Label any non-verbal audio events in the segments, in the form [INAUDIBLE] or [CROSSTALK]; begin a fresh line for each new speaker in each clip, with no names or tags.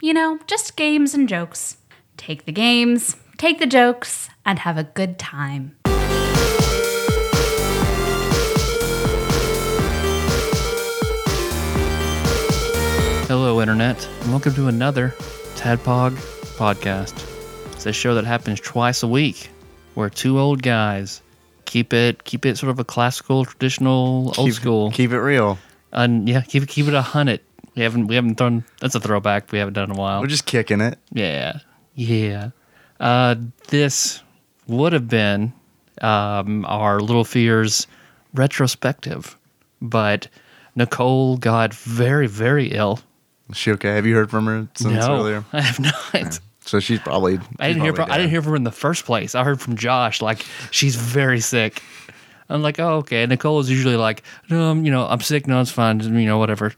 You know, just games and jokes. Take the games, take the jokes, and have a good time.
Hello, Internet, and welcome to another Tadpog podcast. It's a show that happens twice a week where two old guys keep it keep it sort of a classical, traditional, old
keep,
school.
Keep it real.
and yeah, keep it keep it a hundred. We haven't we haven't thrown that's a throwback we haven't done in a while.
We're just kicking it.
Yeah. Yeah. Uh, this would have been um, our Little Fears retrospective, but Nicole got very, very ill.
Is she okay? Have you heard from her since
no,
earlier?
[LAUGHS] I have not.
So she's probably.
I didn't hear. From, I didn't hear from her in the first place. I heard from Josh. Like she's very sick. I'm like, oh okay. And Nicole is usually like, um, you know, I'm sick. No, it's fine. You know, whatever.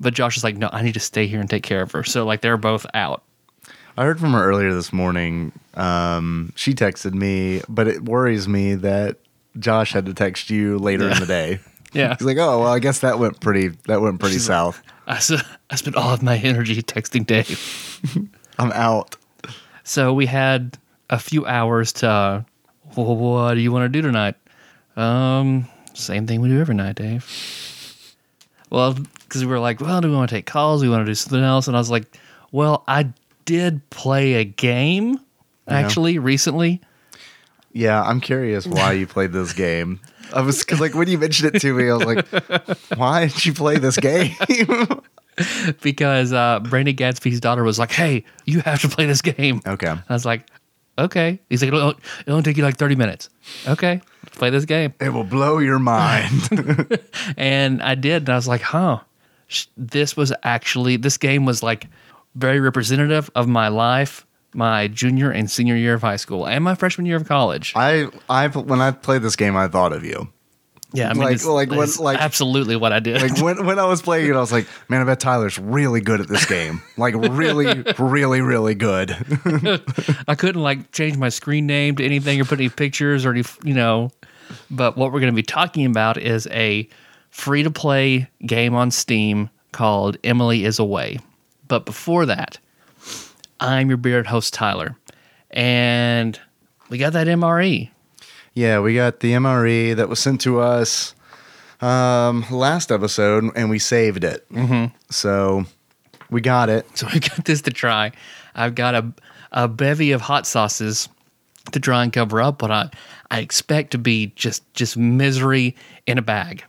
But Josh is like, no, I need to stay here and take care of her. So like they're both out. [LAUGHS]
I heard from her earlier this morning. Um, she texted me, but it worries me that Josh had to text you later in
[LAUGHS]
the day.
Yeah.
He's like, oh well, I guess that went pretty. That went pretty south.
I, s- I spent all of my energy texting Dave.
I'm out.
So we had a few hours to, uh, "Wh- what do you want to do tonight? Um, same thing we do every night, Dave. Well, because we were like, well, do we want to take calls? Do we want to do something else? And I was like, well, I did play a game actually recently. [LAUGHS]
Yeah, I'm curious why you played this game. I was cause like when you mentioned it to me, I
[LAUGHS]
was like, why did you play this game? [LAUGHS]
because uh, Brandon Gadsby's daughter was like, "Hey, you have to play this game."
Okay.
And I was like, "Okay." He's like, "It'll, it'll only take you like thirty minutes." Okay, play this game,
it will blow your mind.
and I did, and I was like, "Huh, sh- this was actually this game was like very representative of my life, my junior and senior year of high school, and my freshman year of college."
I I when I played this game, I thought of you.
yeah, I mean,
like-
it's,
like when-
it's
like-
absolutely what I did.
Like when, when I was playing it, I was like, man, I bet Tyler's really good at this game. Like really, really, really good.
I couldn't like change my screen name to anything or put any pictures or any, you know. But what we're going to be talking about is a free to play game on Steam called Emily is Away. But before that, I'm your beard host, Tyler. And we got that E. MRE.
yeah, we got the MRE that was sent to us um, last episode, and we saved it. Mm-hmm. So we got it.
So I've got this to try. I've got a, a bevy of hot sauces to try and cover up what I, I expect to be just, just misery in a bag.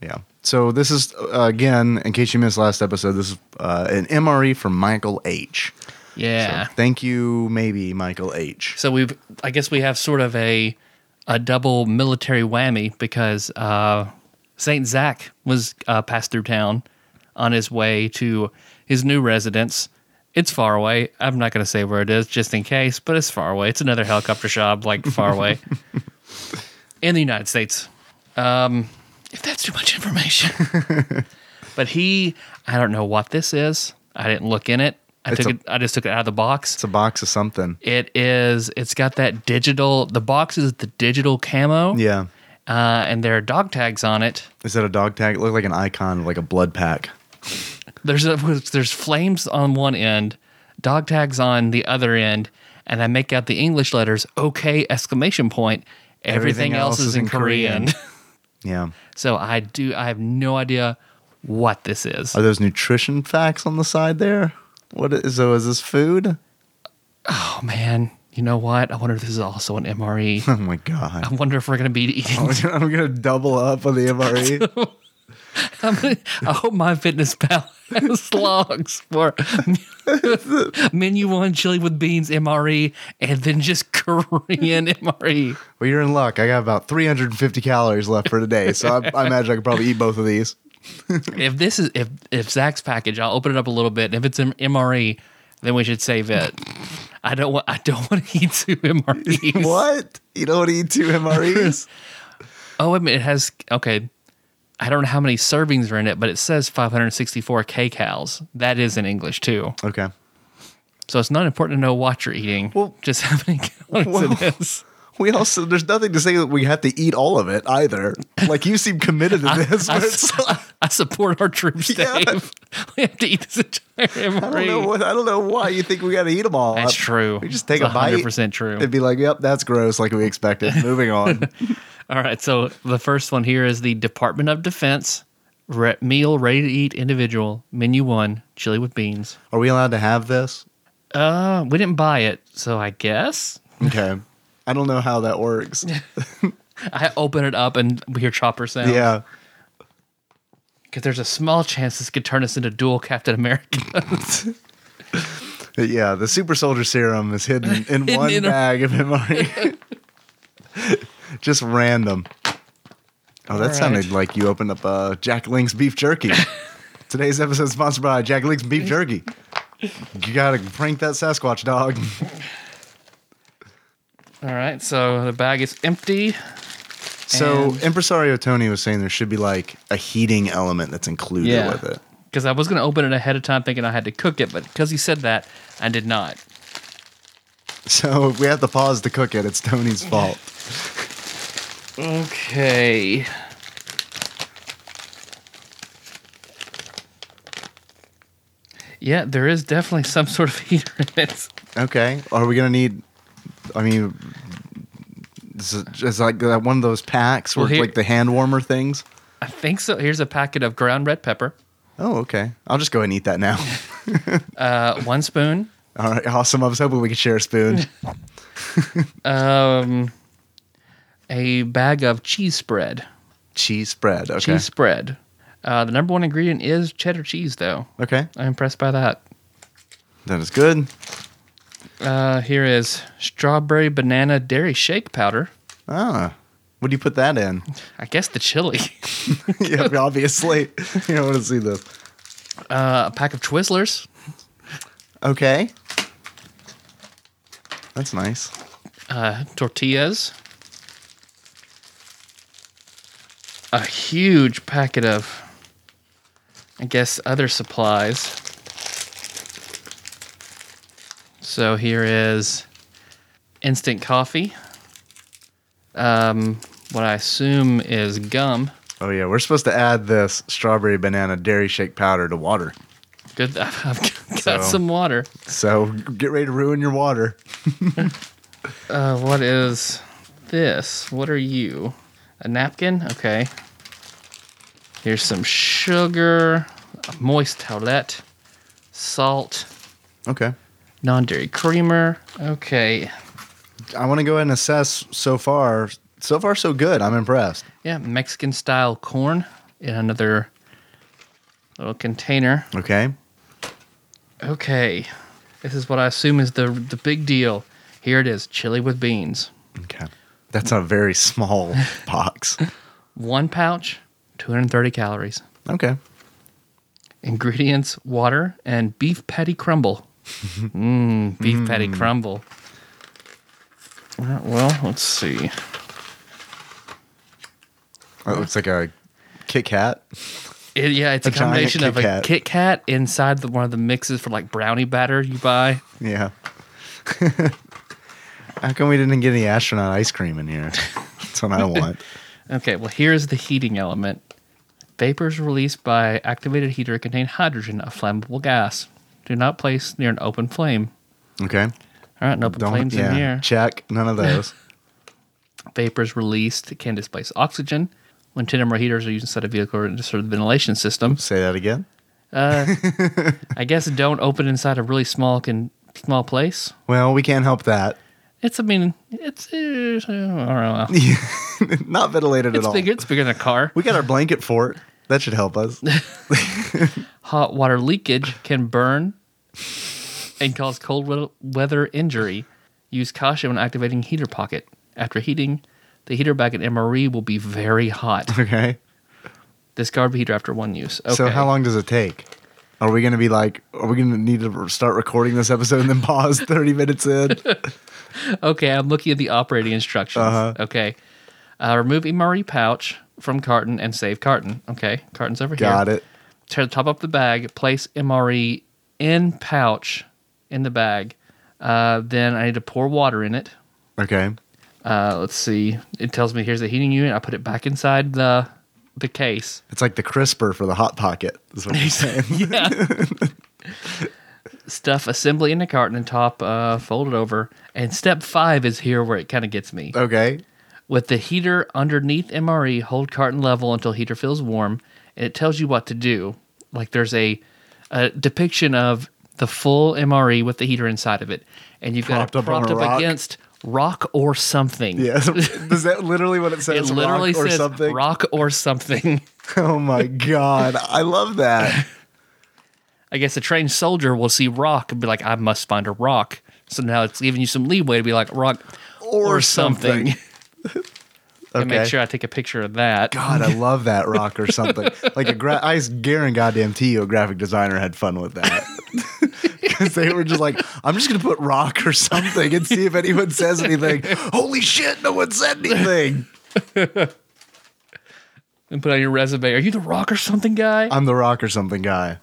Yeah. So this is uh, again, in case you missed last episode, this is uh, an MRE from Michael H.
Yeah.
Thank you, maybe Michael H.
So we've, I guess we have sort of a a double military whammy because uh, Saint Zach was uh, passed through town on his way to his new residence. It's far away. I'm not going to say where it is, just in case, but it's far away. It's another helicopter shop, like far
[LAUGHS]
away in the United States. Um, if that's too much information,
[LAUGHS]
but he, I don't know what this is. I didn't look in it. I
It's
took
a-
it. I just took it out of the box.
It's a box of something.
It is. It's got that digital. The box is the digital camo.
Yeah.
Uh, and there are dog tags on it.
Is that a dog tag? It looked like an icon, like a blood pack.
There's a, [LAUGHS] there's flames on one end, dog tags on the other end, and I make out the English letters OK exclamation point. Everything, else, is in Korean.
Yeah.
[LAUGHS] so I do. I have no idea what this is.
Are those nutrition facts on the side there? What is so? Is this food?
Oh man, you know what? I wonder if this is also an MRE. [LAUGHS]
Oh my god! [LAUGHS]
I wonder if we're gonna be eating
I'm gonna double up on the E. [LAUGHS] MRE.
I hope my fitness pal has [LAUGHS] logs for menu one chili with beans MRE and then just Korean [LAUGHS] E. MRE.
well, you're in luck. I got about 350 calories left for today, so I, I imagine I could probably eat both of these.
If this is if if Zach's package, I'll open it up a little bit. And if it's an MRE, E, then we should save it. I don't want. I don't want to eat two [LAUGHS] MREs.
[LAUGHS] What? You don't eat two MREs?
Oh, wait a minute. It has okay. I don't know how many servings are in it, but it says 564 kcals. That is in English too.
[LAUGHS] okay.
So it's not important to know what you're eating.
Well-
just how many calories
Well-
it is.
We also there's nothing to say that we have to eat all of it either. Like you seem committed [LAUGHS] to this.
I,
but it's like,
[LAUGHS] I support our troops,
Yeah.
Dave. [LAUGHS] We have to eat this entire MRE.
I don't know what I don't know why you think we got to eat them all.
That's
I-
true.
We just take
It's
a bite.
100% true.
It'd be like, yep, that's gross, like
[LAUGHS]
we expected. Moving on.
All right. So the first one here is the Department of Defense re- meal ready to eat individual menu one chili with beans.
Are we allowed to have this?
Uh, we didn't buy it, so I guess
Okay. I don't know how that
[LAUGHS]
works.
I open it up and we hear chopper sounds.
yeah.
because there's a small chance this could turn us into dual Captain America. [LAUGHS]
Yeah, the super soldier serum
[LAUGHS]
is hidden in
Hidden
one
in a-
bag
[LAUGHS]
of MRE. Just random. Oh, that
All
sounded
right.
like you opened up uh, Jack Link's
[LAUGHS]
beef jerky. Today's episode is sponsored by Jack Link's beef jerky. You gotta prank that Sasquatch dog. [LAUGHS]
All right, so the bag is empty.
So
And-
Impresario Tony was saying there should be like a heating element that's included with it.
Because I was going to open it ahead of time thinking I had to cook it, but because he said that, I did not.
So if we have to pause to cook it, it's Tony's fault.
Okay. Yeah, there is definitely some sort of [LAUGHS] heater in it.
Okay. Are we gonna need? I mean, is it is it like that one of those packs where
Well, here-
like the hand warmer things?
I think so. Here's a packet of ground red pepper,
Oh, okay. I'll just go ahead and eat
[LAUGHS]
that now.
uh, one spoon,
All right, awesome. I was hoping we could share
[LAUGHS]
a spoon.
um, a bag of cheese spread.
Cheese spread. Okay.
Cheese spread. Uh, the number one ingredient is cheddar cheese, though.
Okay.
I'm impressed by that.
That is good.
Uh, here is strawberry banana dairy shake powder.
Ah. What do you put that in? [LAUGHS]
I guess the chili. [LAUGHS]
yeah, obviously. [LAUGHS] You don't want to see this.
Uh, a pack of Twizzlers.
Okay. That's nice.
uh, tortillas, a huge packet of, I guess, other supplies. So here is instant coffee, um, what I assume is gum.
Oh yeah, we're supposed to add this strawberry banana dairy shake powder to water.
Good, [LAUGHS] I've got
So-
some water.
So get ready to ruin your water.
Uh, what is this? What are you? A napkin? Okay. Here's some sugar, a moist towelette, salt,
Okay.
non dairy creamer. Okay.
I want to go ahead and assess so far. So far, so good. I'm impressed.
Yeah, Mexican style corn in another little container.
Okay.
Okay. This is what I assume is the the big deal. Here it is, chili with beans.
Okay. That's a very small [LAUGHS] box.
One pouch, 230 calories.
Okay.
Ingredients: water and beef patty [LAUGHS] crumble. Mmm, beef patty crumble. All right, well, let's see.
That looks like a Kit Kat.
It- yeah, it's a,
A giant
combination of
Kit
a
Kat.
Kit Kat inside the, one of the mixes for like brownie batter you buy.
Yeah. [LAUGHS] How come we didn't get any astronaut ice cream in here? [LAUGHS] That's what I want.
Okay, well, here's the heating element. Vapors released by activated heater contain hydrogen, a flammable gas. Do not place near an open flame.
Okay.
All right, an open flames in here.
Check. None
[LAUGHS]
of those.
vapors released can displace oxygen. When 10 or more heaters are used inside a vehicle or into sort of ventilation system,
Say that again.
I guess don't open inside a really small can small place.
Well, we can't help that.
It's I mean it's uh, I don't
[LAUGHS]
know.
Not ventilated
It's
at all.
bigger. It's bigger than a car.
We got our blanket fort. That should
[LAUGHS]
help us.
Hot water leakage can burn and cause cold we- weather injury. Use caution when activating heater pocket. After heating, the heater back at MRE E will be very hot.
Okay.
Discard the heater after one use. Okay.
So how long does it take? Are we going to be like, are we going to need to start recording this episode and then [LAUGHS] pause 30 minutes
[LAUGHS]
in?
Okay, I'm looking at the operating instructions.
Uh-huh.
Okay. Uh, remove MRE pouch from carton and save carton. Okay, carton's over here.
Got it.
Tear the top off the bag, place MRE in pouch in the bag. Uh, then I need to pour water in it.
Okay.
Uh, let's see. It tells me here's the heating unit. I put it back inside the the case.
It's like the crisper for the Hot Pocket. Is what
[LAUGHS]
you're saying.
Stuff assembly in the carton and top, uh, fold it over. And step five is here where it kind of gets me.
Okay.
With the heater underneath MRE, hold carton level until heater feels warm, and it tells you what to do. Like there's a, a depiction of the full MRE with the heater inside of it, and you've
Propped
got it
up on
propped
a
up
rock.
against rock or something.
Yeah. [LAUGHS] Is that literally what it
It
says?
literally
rock or
says
something.
rock or something.
[LAUGHS]
[LAUGHS]
Oh my god, I love that.
I guess a trained soldier will see rock and be like, I must find a rock. So now it's giving you some leeway to be like, rock [LAUGHS] or, something. [LAUGHS] and make
Okay.
sure I take a picture of that.
God, I love that rock or something. Like a gra- I guarantee goddamn to you, a graphic designer had fun with that. Because they were just like, I'm just gonna put rock or something and see if anyone says anything. Holy shit, no one said anything.
And put on your resume. Are you the rock or something guy?
I'm the rock or something guy.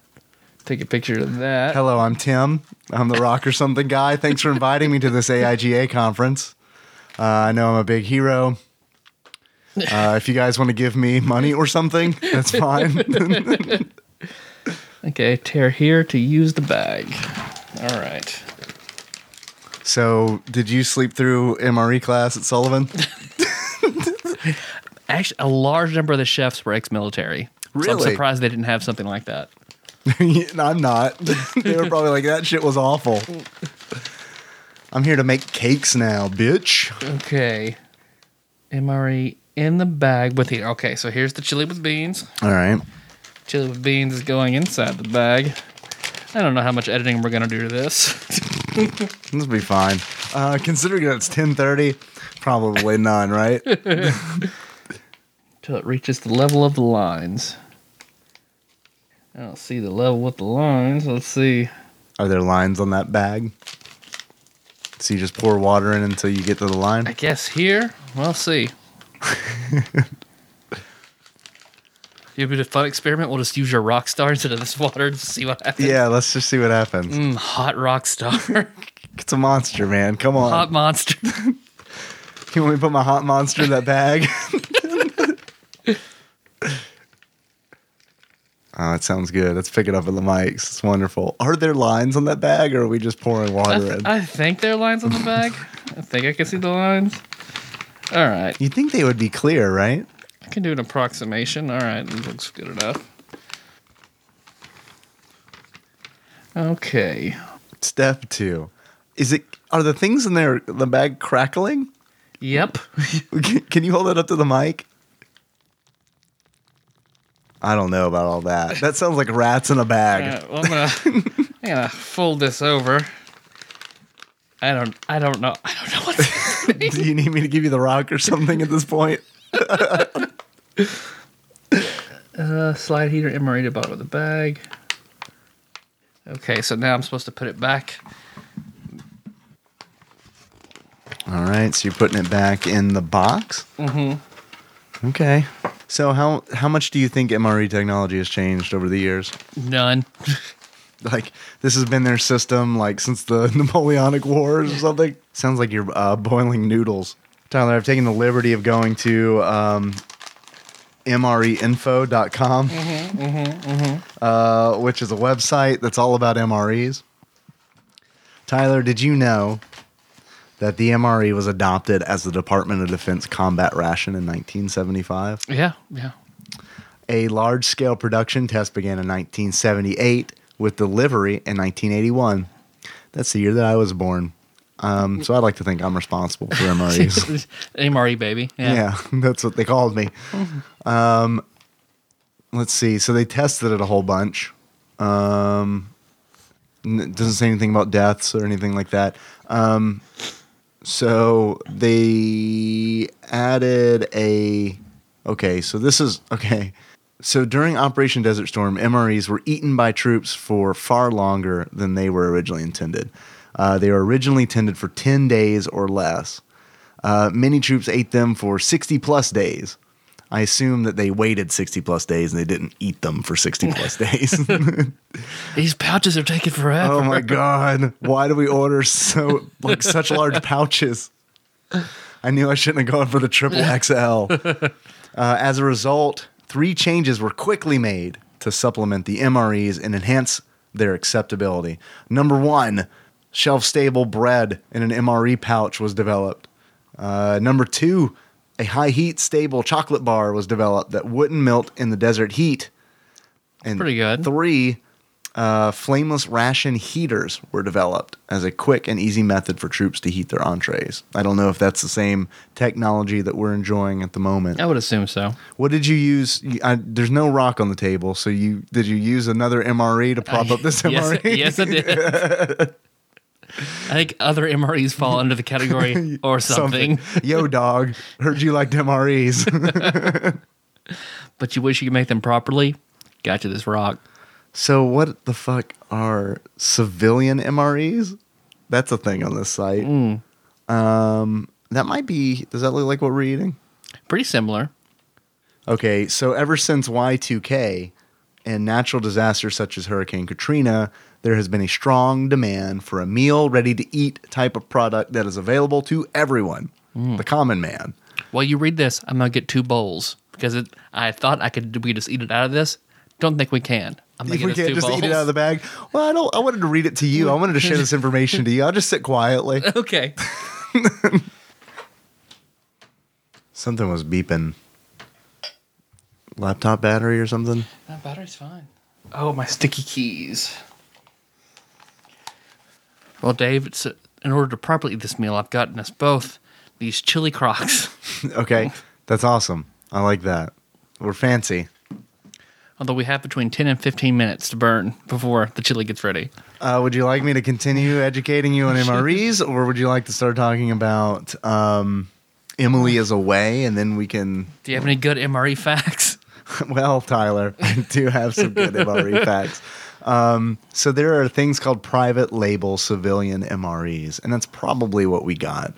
take a picture of that.
Hello, I'm Tim. I'm the rock or something guy. Thanks for inviting me to this AIGA conference. Uh, I know I'm a big hero. Uh, if you guys want to give me money or something, that's fine.
Okay, tear here to use the bag. All right.
so, did you sleep through MRE class at Sullivan?
Actually, a large number of the chefs were ex-military. So I'm
Really?
surprised they didn't have something like that.
And [LAUGHS] I'm not. they were probably like, that shit was awful. I'm here to make cakes now, bitch.
Okay. MRE in the bag with the okay. So here's the chili with beans.
All right.
Chili with beans is going inside the bag. I don't know how much editing we're gonna do to this. [LAUGHS]
This will be fine. Uh, considering that it's 1030, probably none,
[LAUGHS]
right?
Till it reaches the level of the lines. I don't see the level with the lines. Let's see.
Are there lines on that bag? So you just pour water in until you get to the
I
line?
guess here. We'll see. It'd be a fun experiment. We'll just use your rock star instead of this water and see what happens.
Yeah, let's just see what happens.
Mm, hot rock star.
It's a monster, man. Come on.
[LAUGHS] hot monster.
You want me to put my hot monster in that bag? [LAUGHS] oh, that sounds good. Let's pick it up at the mics. It's wonderful. Are there lines on that bag or are we just pouring
I,
water
th-
in?
I think there are lines on the bag. I think I can see the lines. All right.
you think they would be clear, right?
I can do an approximation. All right, that looks good enough. Okay.
Step two. Is it are the things in there the bag crackling? [LAUGHS]
Yep. [LAUGHS]
Can- Can you hold that up to the mic? I don't know about all that. That sounds like rats in a
All
bag.
right, well, I'm [LAUGHS] gonna I'm gonna fold this over. I don't I don't know I don't know what's happening.
Do you need me to give you the rock or something at this point?
uh, slide heater MRE to bottom of the bag. Okay, so now I'm supposed to put it back.
All right, so you're putting it back in the box. Mm-hmm. Okay. So how how much do you think MRE technology has changed over the years?
None.
[LAUGHS] Like this has been their system like since the [LAUGHS] Napoleonic Wars or something. Sounds like you're uh, boiling noodles, Tyler. I've taken the liberty of going to um, E mreinfo.com, Uh, which is a website that's all about MREs. Tyler, did you know that the MRE was adopted as the Department of Defense combat ration in 1975?
Yeah, yeah.
A large scale production test began in 1978 with delivery in 1981. That's the year that I was born. Um, so I'd like to think I'm responsible for
[LAUGHS]
MREs.
MRE baby. Yeah.
yeah, [LAUGHS] that's what they called me. Um, let's see. So they tested it a whole bunch. Um, n- doesn't say anything about deaths or anything like that. Um, so they added a. Okay, so this is [LAUGHS] okay. So during Operation Desert Storm, MREs were eaten by troops for far longer than they were originally intended. Uh, they were originally intended for 10 days or less. Uh, many troops ate them for 60 plus days. I assume that they waited 60 plus days and they didn't eat them for 60 plus days. [LAUGHS]
These pouches are taking forever.
Oh my god! Why do we order so like
[LAUGHS]
such large pouches? I knew I shouldn't have gone for the triple
[LAUGHS]
XL. Uh, as a result, three changes were quickly made to supplement the MREs and enhance their acceptability. Number one, shelf stable bread in an MRE pouch was developed. Uh, number two, a high heat stable chocolate bar was developed that wouldn't melt in the desert heat. And
Pretty good.
Three, uh, flameless ration heaters were developed as a quick and easy method for troops to heat their entrees. I don't know if that's the same technology that we're enjoying at the moment.
I would assume so.
What did you use? you- I, there's no rock on the table, so you did you use another MRE to prop up Oh, this
Uh, [LAUGHS]
E?
yes,
MRE?
yes, I did. I think other MREs fall under the category
[LAUGHS]
or something,
Yo, dog, heard you liked MREs.
but you wish you could make them properly. Got you this rock.
[LAUGHS] so what the fuck are civilian MREs? That's a thing on this site.
Mm.
Um, that might be. Does that look like what we're eating?
Pretty similar.
Okay, so ever since Y2K and natural disasters such as Hurricane Katrina, there has been a strong demand for a meal ready to eat type of product that is available to everyone,
Hmm.
the common man.
While you read this, I'm gonna get two bowls because it, I thought I could. We just eat it out of this. Don't think we can. I'm gonna
If
get
we
us
can't
two
just
bowls.
eat it out of the bag, well, I don't. I wanted to read it to you. I wanted to share this information to you. I'll just
[LAUGHS]
sit quietly.
okay.
Something was beeping. Laptop battery or something. [LAUGHS]
That battery's fine. Oh, my sticky keys. Well, Dave, it's in order to properly eat this meal, I've gotten us both these chili crocs. [LAUGHS]
Okay, that's awesome. I like that. We're fancy.
Although we have between 10 and 15 minutes to burn before the chili gets ready.
Uh, would you like me to continue educating you on MREs, or would you like to start talking about um, Emily is away, and then we can?
Do you have any good MRE facts?
[LAUGHS] Well, Tyler, I do have some
[LAUGHS]
good MRE facts. Um, so there are things called private label civilian MREs, and that's probably what we got.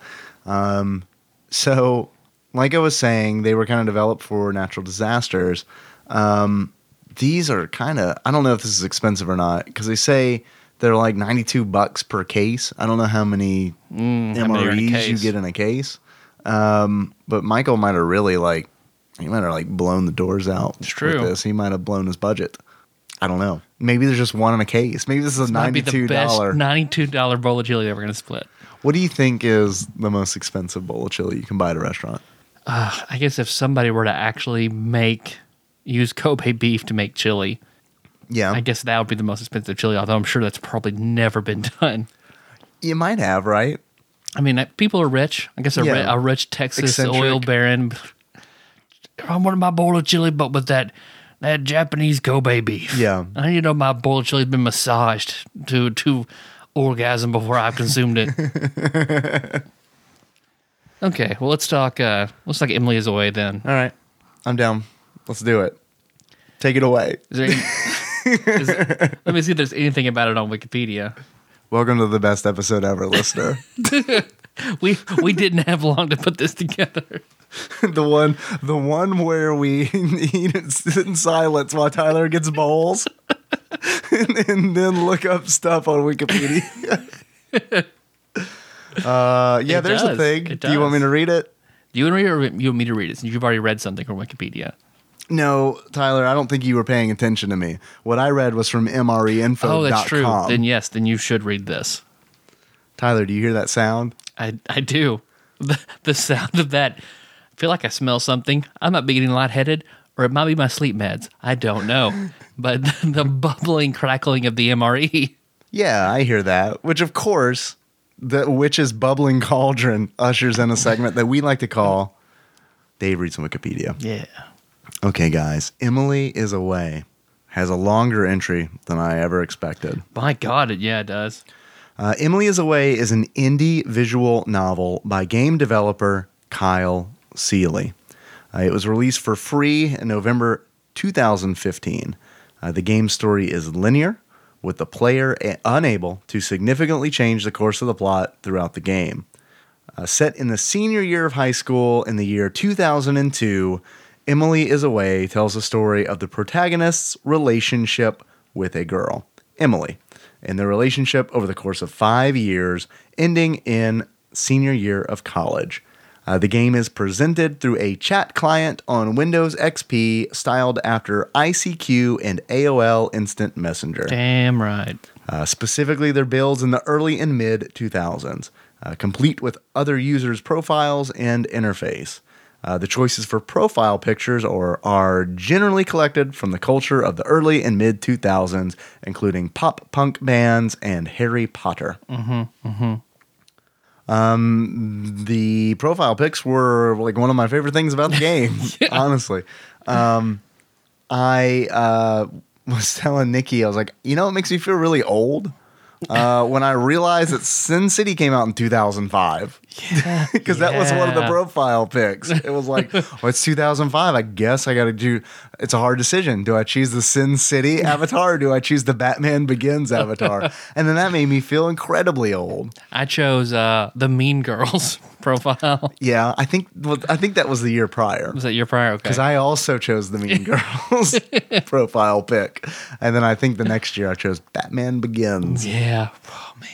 Um, so, like I was saying, they were kind of developed for natural disasters. Um, these are kind of I don't know if this is expensive or not because they say they're like ninety two bucks per case. I don't know how many
Mm, how many are in a
MREs you
case?
get in a case, um, but Michael might have really like he might have like blown the doors out. It's
true.
This. He might have blown his budget. I don't know. Maybe there's just one in a case. Maybe this is a
Might be
ninety
the
two
best
dollar.
$92 bowl of chili that we're going to split.
What do you think is the most expensive bowl of chili you can buy at a restaurant?
Uh, I guess if somebody were to actually make, use Kobe [LAUGHS] beef to make chili,
Yeah,
I guess that would be the most expensive chili, although I'm sure that's probably never been [LAUGHS] done.
you might have right.
I mean, that- people are rich. I guess a, ri-
Yeah.
a rich Texas
Eccentric.
oil baron. I wanted my bowl of chili, but with that that Japanese Kobe beef.
Yeah.
I need to know my bowl of chili's been massaged to to orgasm before I've consumed it.
[LAUGHS]
okay, well let's talk. Uh, let's talk Emily is away then.
All right, I'm down. Let's do it. Take it away.
Is there any- is- let me see if there's anything about it on Wikipedia.
Welcome to the best episode ever, listener.
[LAUGHS] We we didn't have long to put this together.
the one, the one where we [LAUGHS] eat and sit in silence while Tyler gets bowls, [LAUGHS] and, and then look up stuff on Wikipedia. [LAUGHS] uh, yeah,
It
there's a
does.
thing.
It
Do you want me
does.
to read it?
Do you want me to read, or you want me to read it? Since you've already read something from Wikipedia.
No, Tyler, I don't think you were paying attention to me. What I read was from E mreinfo.com.
Oh, that's true. Then yes, then you should read this.
Tyler, do you hear that sound?
I I do. The, the sound of that. I feel like I smell something. I might be getting lightheaded, or it might be my sleep meds. I don't know. but [LAUGHS] the, the bubbling, crackling of the E. MRE.
Yeah, I hear that. Which, of course, the witch's bubbling cauldron ushers in a segment that we like to call Dave Reads on Wikipedia.
Yeah.
Okay, guys, Emily is away. Has a longer entry than I ever expected.
My God, it yeah it does.
Uh, Emily is Away is an indie visual novel by game developer Kyle Seeley. Uh, it was released for free in November 2015. Uh, the game story is linear, with the player a- unable to significantly change the course of the plot throughout the game. Uh, set in the senior year of high school in the year 2002, Emily is Away tells the story of the protagonist's relationship with a girl, Emily, and their relationship over the course of five years, ending in senior year of college. Uh, the game is presented through a chat client on Windows XP styled after ICQ and AOL Instant Messenger.
Damn right.
Uh, specifically their builds in the early and mid 2000s, uh, complete with other users' profiles and interface. Uh, the choices for profile pictures or are generally collected from the culture of the early and mid 2000s, including pop punk bands and Harry Potter. Mm-hmm, mm-hmm. Um, the profile pics were like one of my favorite things about the game, honestly. Um, I uh, [LAUGHS] was telling Nikki, I was like, you know, it makes me feel really old uh, when I realized that Sin City came out in 2005. [LAUGHS] Because that was one of the
Yeah.
profile pics. It was like, well, it's 2005. I guess I got to do. It's a hard decision. Do I choose the Sin City avatar or do I choose the Batman Begins avatar? and then that made me feel incredibly old.
I chose uh, the Mean Girls [LAUGHS] profile.
Yeah, I think well, I think that was the year prior.
Was that your prior? Okay.
Because I also chose the Mean
[LAUGHS]
Girls profile pick. And then I think the next year I chose Batman Begins.
yeah. Oh man.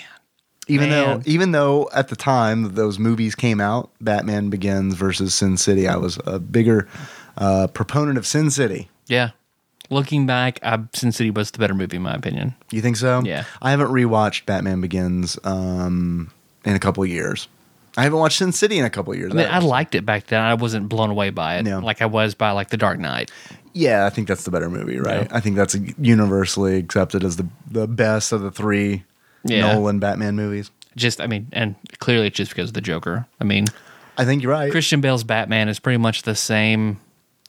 Even
Man.
though even though at the time that those movies came out, Batman Begins versus Sin City, I was a bigger uh, proponent of Sin City.
Yeah. Looking back, I, Sin City was the better movie in my opinion.
You think so?
Yeah.
I haven't rewatched Batman Begins um, in a couple of years. I haven't watched Sin City in a couple of years.
I mean,
That
I
was-
liked it back then. I wasn't blown away by it,
No.
like I was by like The Dark Knight.
Yeah, I think that's the better movie, right?
Yeah.
I think that's universally accepted as the the best of the three
Yeah.
Nolan Batman movies.
Just, I mean, and clearly it's just because of the Joker. I mean,
I think you're right.
Christian Bale's Batman is pretty much the same.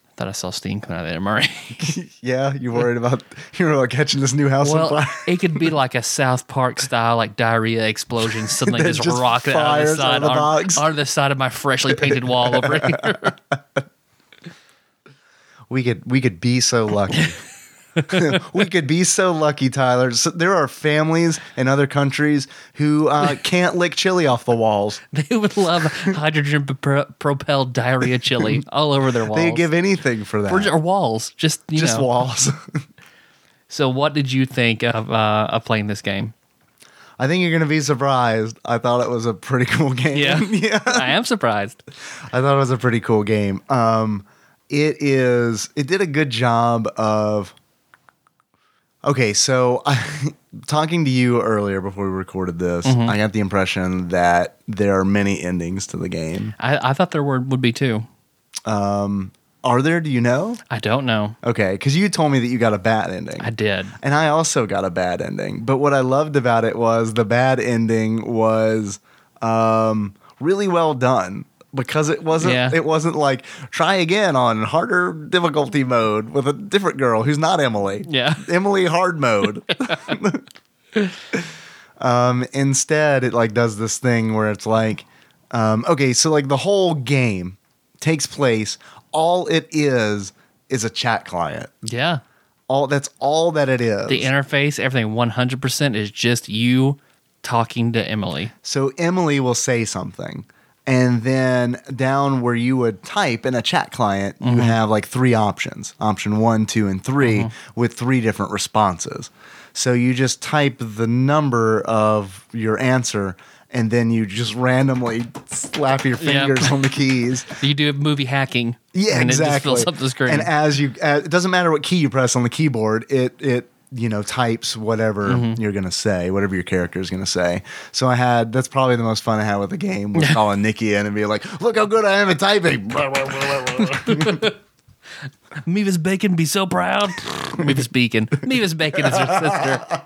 I thought I saw steam coming out of that
[LAUGHS]
MRA.
yeah, you worried about [LAUGHS] you were about catching this new house on
well,
fire.
it could be like a South Park style, like diarrhea explosion, suddenly
[LAUGHS] That
just,
just
rocket out of the
fires out
side,
of the
on,
box.
onto the side of my freshly painted wall
[LAUGHS]
over here.
We could we could be
[LAUGHS]
so lucky. [LAUGHS] we could be so lucky, Tyler. So there are families in other countries
[LAUGHS]
who uh, can't lick chili off the walls.
they would love hydrogen pro- propelled diarrhea
[LAUGHS]
chili all over their walls.
They give anything for that.
or, or walls, just you
just
know.
walls. [LAUGHS]
So, what did you think of uh, of playing this game?
I think you're gonna be surprised. I thought it was a pretty cool
[LAUGHS]
game.
Yeah.
[LAUGHS] [LAUGHS] yeah.
I am surprised.
I thought it was a pretty cool game. Um, it is. It did a good job of. Okay, so I, [LAUGHS] talking to you earlier before we recorded this, I got the impression that there are many endings to the game.
I, I thought there were would be two.
Are there? Do you know?
I don't know.
Okay, because you told me that you got a bad ending.
I did.
And I also got a bad ending. But what I loved about it was the bad ending was um, really well done because it wasn't
Yeah.
it wasn't like try again on harder difficulty mode with a different girl who's not Emily.
Yeah.
Emily hard mode. [LAUGHS] um, instead, it like does this thing where it's like, um, okay, so like the whole game takes place. All it is is a chat client.
[LAUGHS] Yeah.
All that's all that it is.
The interface, everything 100% is just you talking to Emily.
So Emily will say something. And then down where you would type in a chat client, you have like three options option one, two, and 3 with three different responses. So you just type the number of your answer and then you just randomly slap your
Yep.
fingers on the keys.
You do movie hacking.
Yeah,
and
exactly.
it just fills up the screen.
And as you, as, it doesn't matter what key you press on the keyboard. It it you know types whatever
Mm-hmm.
you're gonna say, whatever your character is gonna say. So I had that's probably the most fun I had with the
[LAUGHS]
game was calling Nikki in and be like, look how good I am at typing.
Mevis Bacon be so
[LAUGHS]
proud. Mevis Bacon. Mevis Bacon is your sister.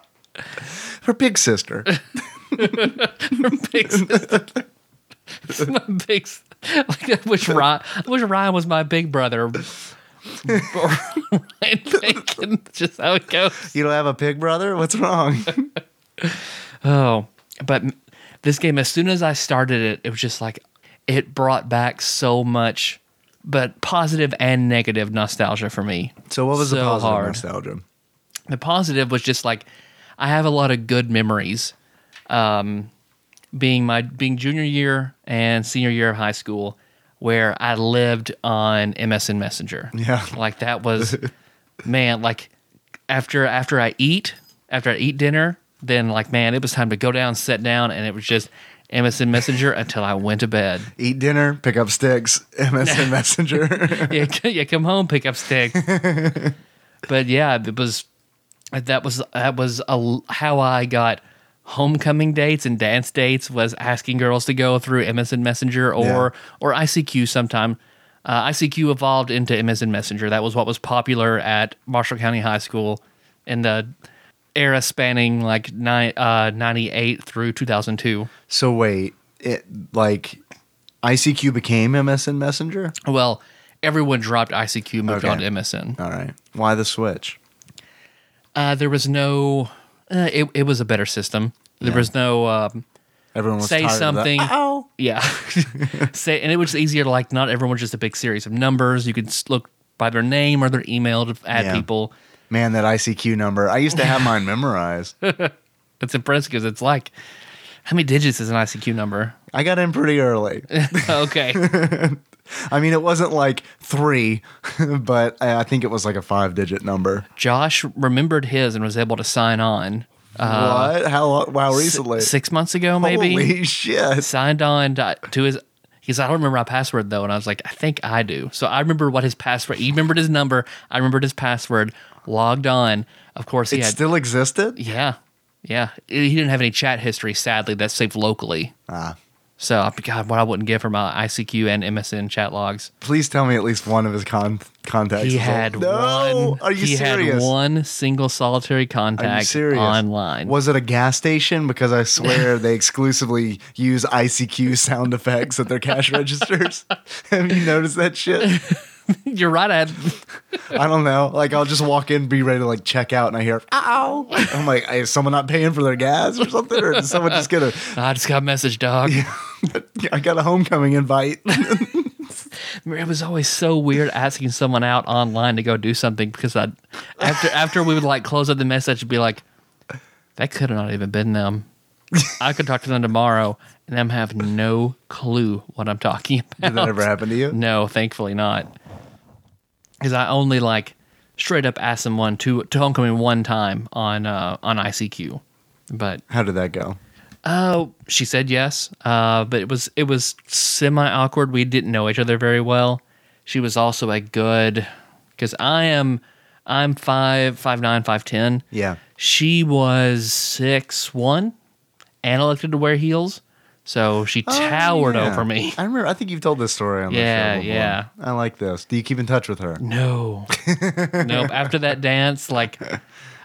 Her
[LAUGHS]
big sister.
Her big sister. my big s- like, I wish Ryan, I wish Ryan was my big brother. [LAUGHS] Ryan Bacon. Just how it goes.
You don't have a pig brother? What's wrong?
[LAUGHS] Oh, but m- this game, as soon as I started it, it was just like it brought back so much but positive and negative nostalgia for me.
So what was the
So
positive
hard.
nostalgia?
The positive was just like I have a lot of good memories. Um, being my being junior year and senior year of high school, where I lived on MSN Messenger.
Yeah.
like that was, man. Like after after I eat after I eat dinner, then like man, it was time to go down, sit down, and it was just MSN Messenger until I went to bed.
Eat dinner, pick up sticks, [LAUGHS]
[LAUGHS]
MSN Messenger. [LAUGHS]
yeah, [LAUGHS] c- yeah, come home, pick up stick. but yeah, it was that was that was a l how I got homecoming dates and dance dates was asking girls to go through MSN Messenger or or ICQ sometime. Uh, ICQ evolved into MSN Messenger. That was what was popular at Marshall County High School in the era spanning like ni- uh, 98 through 2002.
so wait, it like ICQ became MSN Messenger?
Well, everyone dropped ICQ, moved
Okay.
on to MSN.
All right. Why the switch?
Uh, there was no. Uh, it it was a better system. There was no um,
Everyone was
say
tired
something.
Of that.
Oh, yeah. [LAUGHS] say and it was easier to like not everyone was just a big series of numbers. You could s- look by their name or their email to add
Yeah.
people.
Man, that ICQ number. I used to
[LAUGHS]
have mine memorized.
It's impressive because it's like how many digits is an ICQ number?
I got in pretty early.
okay,
I mean, it wasn't like three, [LAUGHS] but I I think it was like a five digit number.
Josh remembered his and was able to sign on.
what? How, lo- how
Uh, s-
recently?
six months ago, maybe.
Holy shit.
signed on to, to his. He's like, I don't remember my password though, and I was like, I think I do. So I remember what his password. He remembered his number. I remembered his password. Logged on. Of course, he
It
had.
still existed?
yeah, yeah. He didn't have any chat history, sadly. That's saved locally.
Ah.
So I- God, what I wouldn't give for my ICQ and MSN chat logs.
Please tell me at least one of his con- contacts.
He
is like,
had
no!
one.
Are you
he
serious?
had one single solitary
Are you
contact
serious?
online.
Was it a gas station? Because I swear they exclusively use ICQ sound effects at their
[LAUGHS]
cash registers. [LAUGHS] Have you noticed that shit?
[LAUGHS] You're right. I had
I don't know. Like I'll just walk in, be ready to like check out, and I hear, "Ow!" I'm like, "Is someone not paying for their gas or something, or did someone just get a?
I just got a message,
[LAUGHS]
dog.
I got a homecoming invite." [LAUGHS]
It was always so weird asking someone out online to go do something because I, after after we would like close up the message, and be like, that could have not even been them. I could talk to them tomorrow, and them have no clue what I'm talking
Did that
about.
ever happen to you?
No, thankfully not. Because I only like straight up asked someone to to homecoming one time on uh, on ICQ, but
How did that go?
Oh, she said yes, uh, but it was it was semi awkward. We didn't know each other very well. She was also a good because I am I'm five five nine five ten.
Yeah.
she was six one, and elected to wear heels, so she towered
Oh, Yeah.
over me.
I remember. I think you've told this story on
Yeah,
the show. before.
yeah.
I like this. Do you keep in touch with her? [LAUGHS]
No, nope. After that dance, like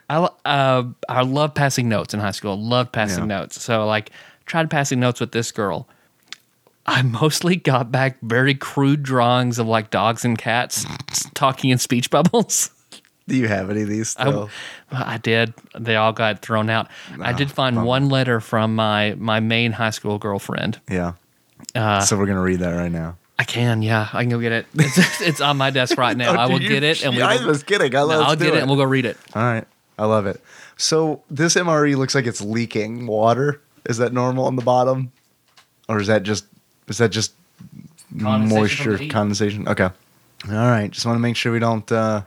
I lo- uh, I love passing notes in high school. Love passing
Yeah.
notes. So like tried passing notes with this girl. I mostly got back very crude drawings of like dogs and cats talking in speech bubbles.
Do you have any of these
I, [LAUGHS]
still?
I did. They all got thrown out. I did find one letter from my my main high school girlfriend.
yeah.
Uh,
so we're gonna read that right now.
I can, yeah, I can go get it. It's, [LAUGHS] it's on my desk right
[LAUGHS] Oh,
now. I will get it, and we.
I
Will,
was kidding. I love.
I'll get it, and we'll go read it.
All right. I love it. So this MRE looks like it's leaking water. Is that normal on the bottom? Or is that just is that just
Condensation from
moisture
the heat.
condensation? Okay. All right. Just want to make sure we don't uh,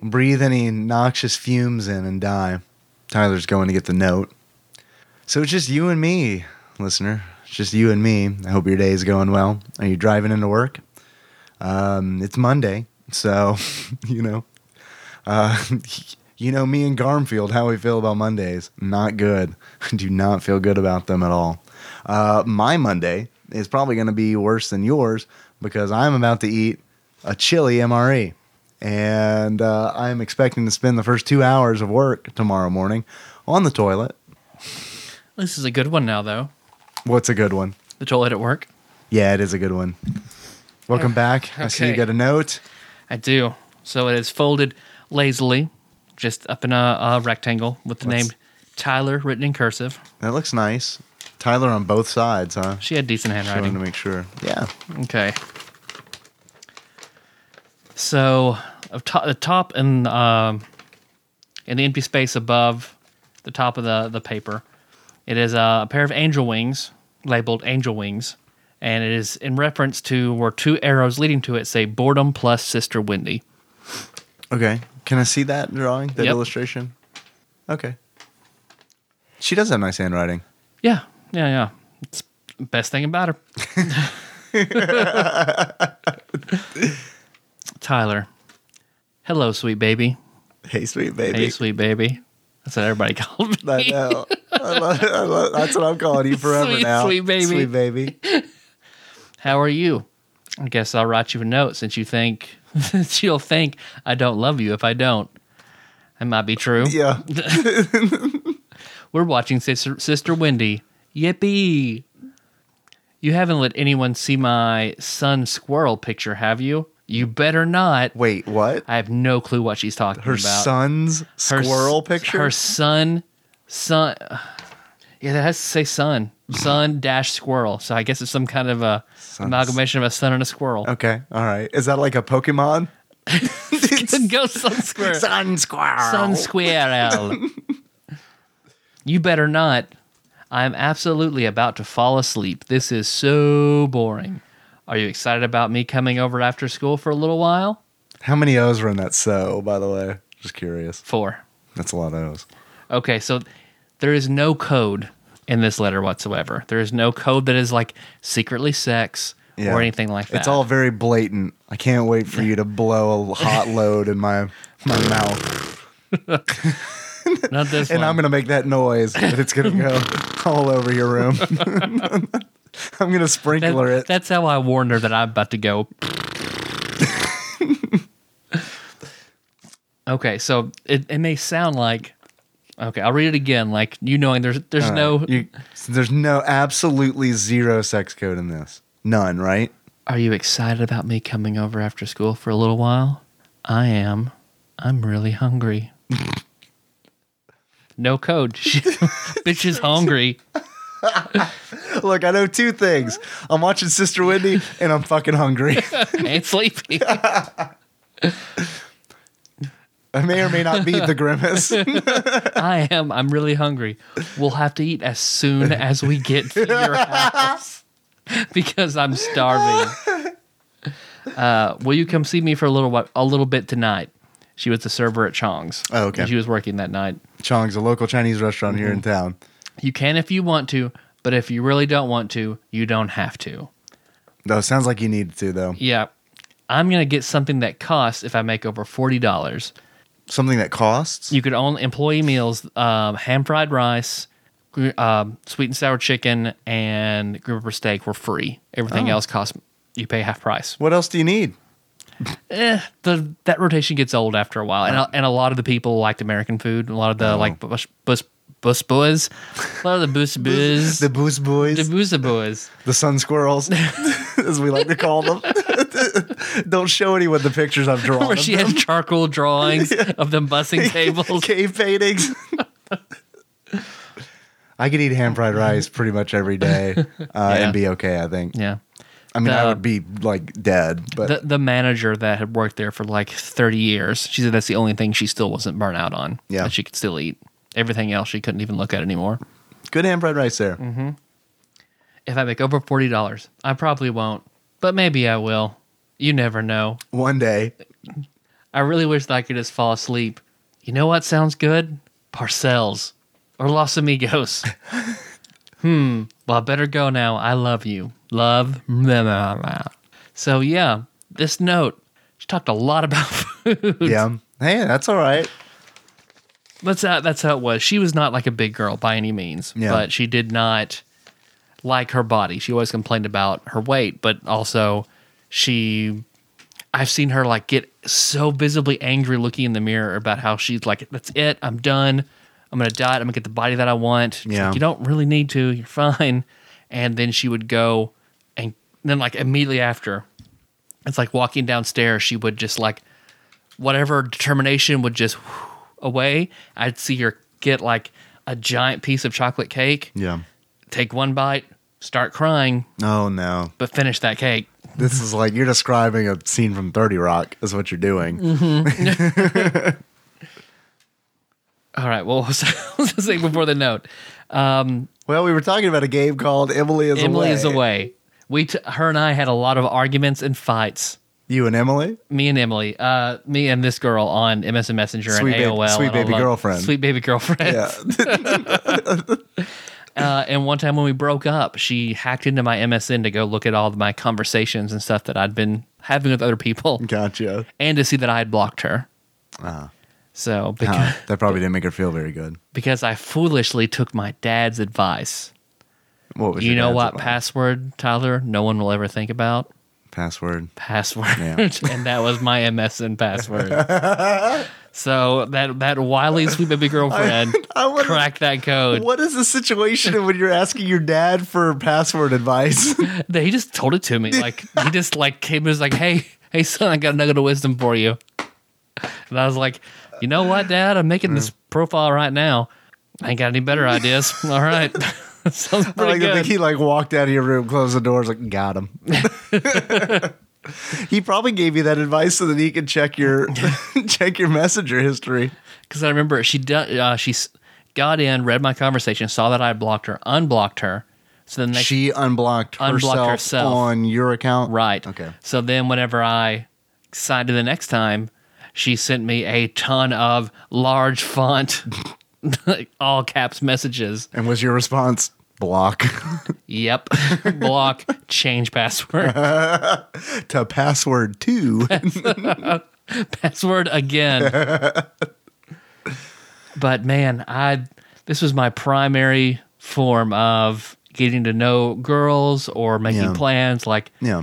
breathe any noxious fumes in and die. Tyler's going to get the note. So it's just you and me, listener. It's just you and me. I hope your day is going well. Are you driving into work? Um, it's Monday, so [LAUGHS] you know you know me and Garmfield, how we feel about Mondays. Not good. [LAUGHS] Do not feel good about them at all. Uh, my Monday is probably going to be worse than yours because I'm about to eat a chili MRE. And uh, I'm expecting to spend the first two hours of work tomorrow morning on the toilet.
This is a good one now, though.
What's a good one?
The toilet at work.
Yeah, it is a good one. Welcome back. I see you
Okay.
got a note.
I do. So it is folded lazily, just up in a, a rectangle with the
Let's-
name Tyler written in cursive.
That looks nice. Tyler on both sides, huh?
She had decent
Just wanted to
handwriting.
make sure. Yeah.
Okay. So, of to- the top and um, in the empty space above the top of the, the paper, it is uh, a pair of angel wings labeled angel wings. And it is in reference to where two arrows leading to it say boredom plus sister Wendy.
Okay. Can I see that drawing, that
Yep.
illustration? Okay. She does have nice handwriting.
Yeah, yeah, yeah. It's the best thing about her. Tyler. Hello, sweet baby.
Hey, sweet baby.
Hey, sweet baby. That's what everybody [LAUGHS] called me.
I know. uh, I love, I love, that's what I'm calling you forever
Sweet,
now.
sweet baby.
Sweet baby.
How are you? I guess I'll write you a note since you think [LAUGHS] since you'll think I don't love you if I don't. That might be true. [LAUGHS]
Yeah.
We're watching Sister, Sister Wendy. Yippee! You haven't let anyone see my sun squirrel picture, have you? You better not.
Wait, what?
I have no clue what she's talking
Her
about.
son's
Her s-
squirrel picture?
Her son, son. Yeah, that has to say
[LAUGHS]
son. Son dash squirrel. So I guess it's some kind of a
Son's-
amalgamation of a son and a squirrel. [LAUGHS]
okay. All right. Is that like a Pokemon? [LAUGHS]
Go sun squirrel.
Sun squirrel.
Sun
[LAUGHS]
squirrel. you better not. I'm absolutely about to fall asleep. This is so boring. Are you excited about me coming over after school for a little while?
How many O's were in that so, by the way? Just curious.
Four.
That's a lot of O's.
Okay, so there is no code in this letter whatsoever. There is no code that is like secretly sex
Yeah.
or anything like that.
It's all very blatant. I can't wait for you
[LAUGHS]
to blow a hot load in my my mouth.
not this
And
one.
I'm gonna make that noise, but it's
[LAUGHS]
gonna go all over your room. [LAUGHS] I'm gonna
That-
sprinkler it.
That's how I warned her that I'm about to
[LAUGHS]
go. okay, so it, it may sound like okay. I'll read it again, like you knowing there's there's no.
You- so there's no absolutely zero sex code in this. None, right?
Are you excited about me coming over after school for a little while? I am. I'm really hungry. no code. She, [LAUGHS] bitch is hungry.
Look, I know two things. I'm watching Sister Wendy and I'm
[LAUGHS]
fucking hungry.
and
[LAUGHS]
sleepy.
I may or may not be the grimace. [LAUGHS]
I am. I'm really hungry. We'll have to eat as soon as we get to your
[LAUGHS]
house because I'm starving. Uh, will you come see me for a little while, a little bit tonight? She was the server at Chong's.
Oh, okay.
And She was working that night.
Chong's a local Chinese restaurant here
Mm-hmm.
in town.
You can if you want to, but if you really don't want to, you don't have to.
Though it sounds like you need to though.
Yeah. I'm gonna get something that costs if I make over forty dollars.
Something that costs.
You could own employee meals, um, ham fried rice, gr- um, sweet and sour chicken, and grouper steak were free. Everything else costs you pay half price.
What else do you need?
Eh, the that rotation gets old after a while, and a, and a lot of the people liked American food. A lot of the like bush bush bush boys, a lot of the bus boys,
The Booze Boys,
the
the,
booze boys. [LAUGHS]
Sun Squirrels, as we like to call them. Don't show anyone the pictures I've drawn.
Where
of
she
them.
has charcoal drawings of them bussing tables.
[LAUGHS]
[LAUGHS]
cave paintings. I could eat hand fried rice pretty much every day
[LAUGHS]
uh, and be okay. I think.
Yeah.
I mean, I
The-
would be like dead, but
The, the manager that had worked there for like 30 years, she said that's the only thing she still wasn't burnt out on.
Yeah.
That she could still eat. Everything else she couldn't even look at anymore.
good hand fried rice there.
Mm-hmm. If I make over $40, I probably won't, but maybe I will. You never know.
One day,
I really wish that I could just fall asleep. You know what sounds good? Parcells or Los Amigos. hmm. Well, I better go now. I love you. Love. So, yeah, this note, she talked a lot about [LAUGHS] food.
yeah. Hey, that's all right.
That's how, that's how it was. She was not like a big girl by any means,
Yeah.
but she did not like her body. She always complained about her weight, but also she I've seen her like get so visibly angry looking in the mirror about how she's like that's it, I'm done. I'm going to diet. I'm going to get the body that I want. It's
Yeah.
like, you don't really need to. You're fine. And then she would go and then like immediately after it's like walking downstairs, she would just like whatever determination would just away. I'd see her get like a giant piece of chocolate cake,
Yeah.
take one bite, start crying,
Oh no.
but finish that cake.
This is like you're describing a scene from 30 Rock, is what you're doing.
Mm. All right. Well, [LAUGHS] what was what was I saying before the note?
Well, we were talking about a game called Emily is
Emily
Away.
is away. We t- her and I had a lot of arguments and fights.
You and
[LAUGHS]
Emily?
Me and Emily, uh, me and this girl on MSN Messenger
Sweet
and
baby-
AOL,
sweet
and all
baby
that-
girlfriend.
sweet baby girlfriend.
Yeah.
[LAUGHS] Uh, and one time when we broke up, she hacked into my MSN to go look at all of my conversations and stuff that I'd been having with other people,
gotcha.
and to see that I had blocked her. So because,
Ah. Huh, Uh, that probably didn't make her feel very good.
because I foolishly took my dad's advice.
What was
you
your
know
dad's
what
advice?
password, Tyler? No one will ever think about.
Password.
password,
Yeah.
[LAUGHS] and that was my MSN
[LAUGHS]
password. so that that wily sweet baby girlfriend
I would've-
cracked that code.
What is the situation when you're asking your dad for
[LAUGHS]
password advice?
He just told it to me. Like he just like came and was like, "Hey, hey son, I got a nugget of wisdom for you." And I was like, "You know what, Dad? I'm making this profile right now. I ain't got any better ideas. [LAUGHS] All right." Sounds
I
pretty
like to
good.
think he like walked out of your room, closed the doors, like
[LAUGHS]
got him. he probably gave you that advice so that he could check
[LAUGHS]
your check your messenger history.
because I remember she do, uh, she s- got in, read my conversation, saw that I had blocked her, unblocked her. So the next
She unblocked,
Unblocked
herself,
herself.
on your account,
Right.
Okay.
So then whenever I signed to the next time, she sent me a ton of large font, [LAUGHS] all caps messages.
And was your response block [LAUGHS]
Yep. [LAUGHS] Block, change
[LAUGHS]
password,
to
[LAUGHS]
password two?
password again. but man, I this was my primary form of getting to know girls or making
Yeah.
plans like
yeah.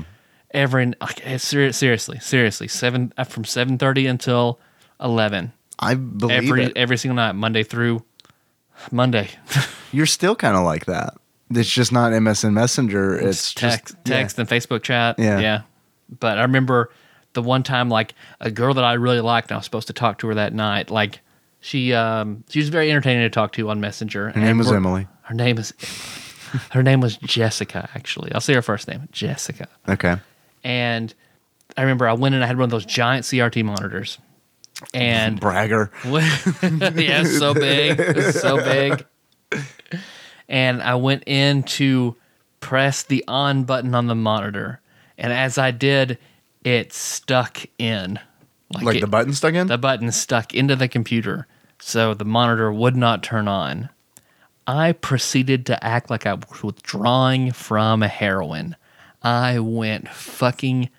every like, eh, ser- seriously seriously seven uh, from 7.30 until 11
I believe
every
it.
every single night, Monday through Monday.
You're still kind of like that. It's just not MSN Messenger. It's
text,
just
text, and Facebook chat.
Yeah.
But I remember the one time, like a girl that I really liked, and I was supposed to talk to her that night. Like she, um, she was very entertaining to talk to on Messenger. Her
name was Emily.
Her name is. Her name was Jessica. Actually, I'll say her first name, Jessica.
Yeah. Okay.
And I remember I went and I had one of those giant CRT monitors, and
Bragger.
[LAUGHS] yeah, it's so big, It's so big. And I went in to press the on button on the monitor, and as I did, it stuck in,
Like
it-
the button stuck in?
The button stuck into the computer, so the monitor would not turn on. I proceeded to act like I was withdrawing from heroin. I went fucking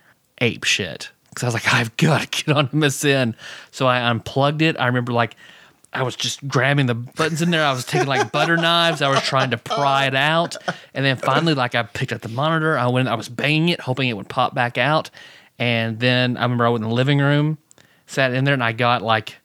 ape shit because I was like, I've got to get on MSN. So I unplugged it. I remember like I was just grabbing the buttons in there. I was taking like butter knives. I was trying to pry it out, and then finally, like I picked up the monitor. I went. I was banging it, hoping it would pop back out. And then I remember I went in the living room, sat in there, and I got like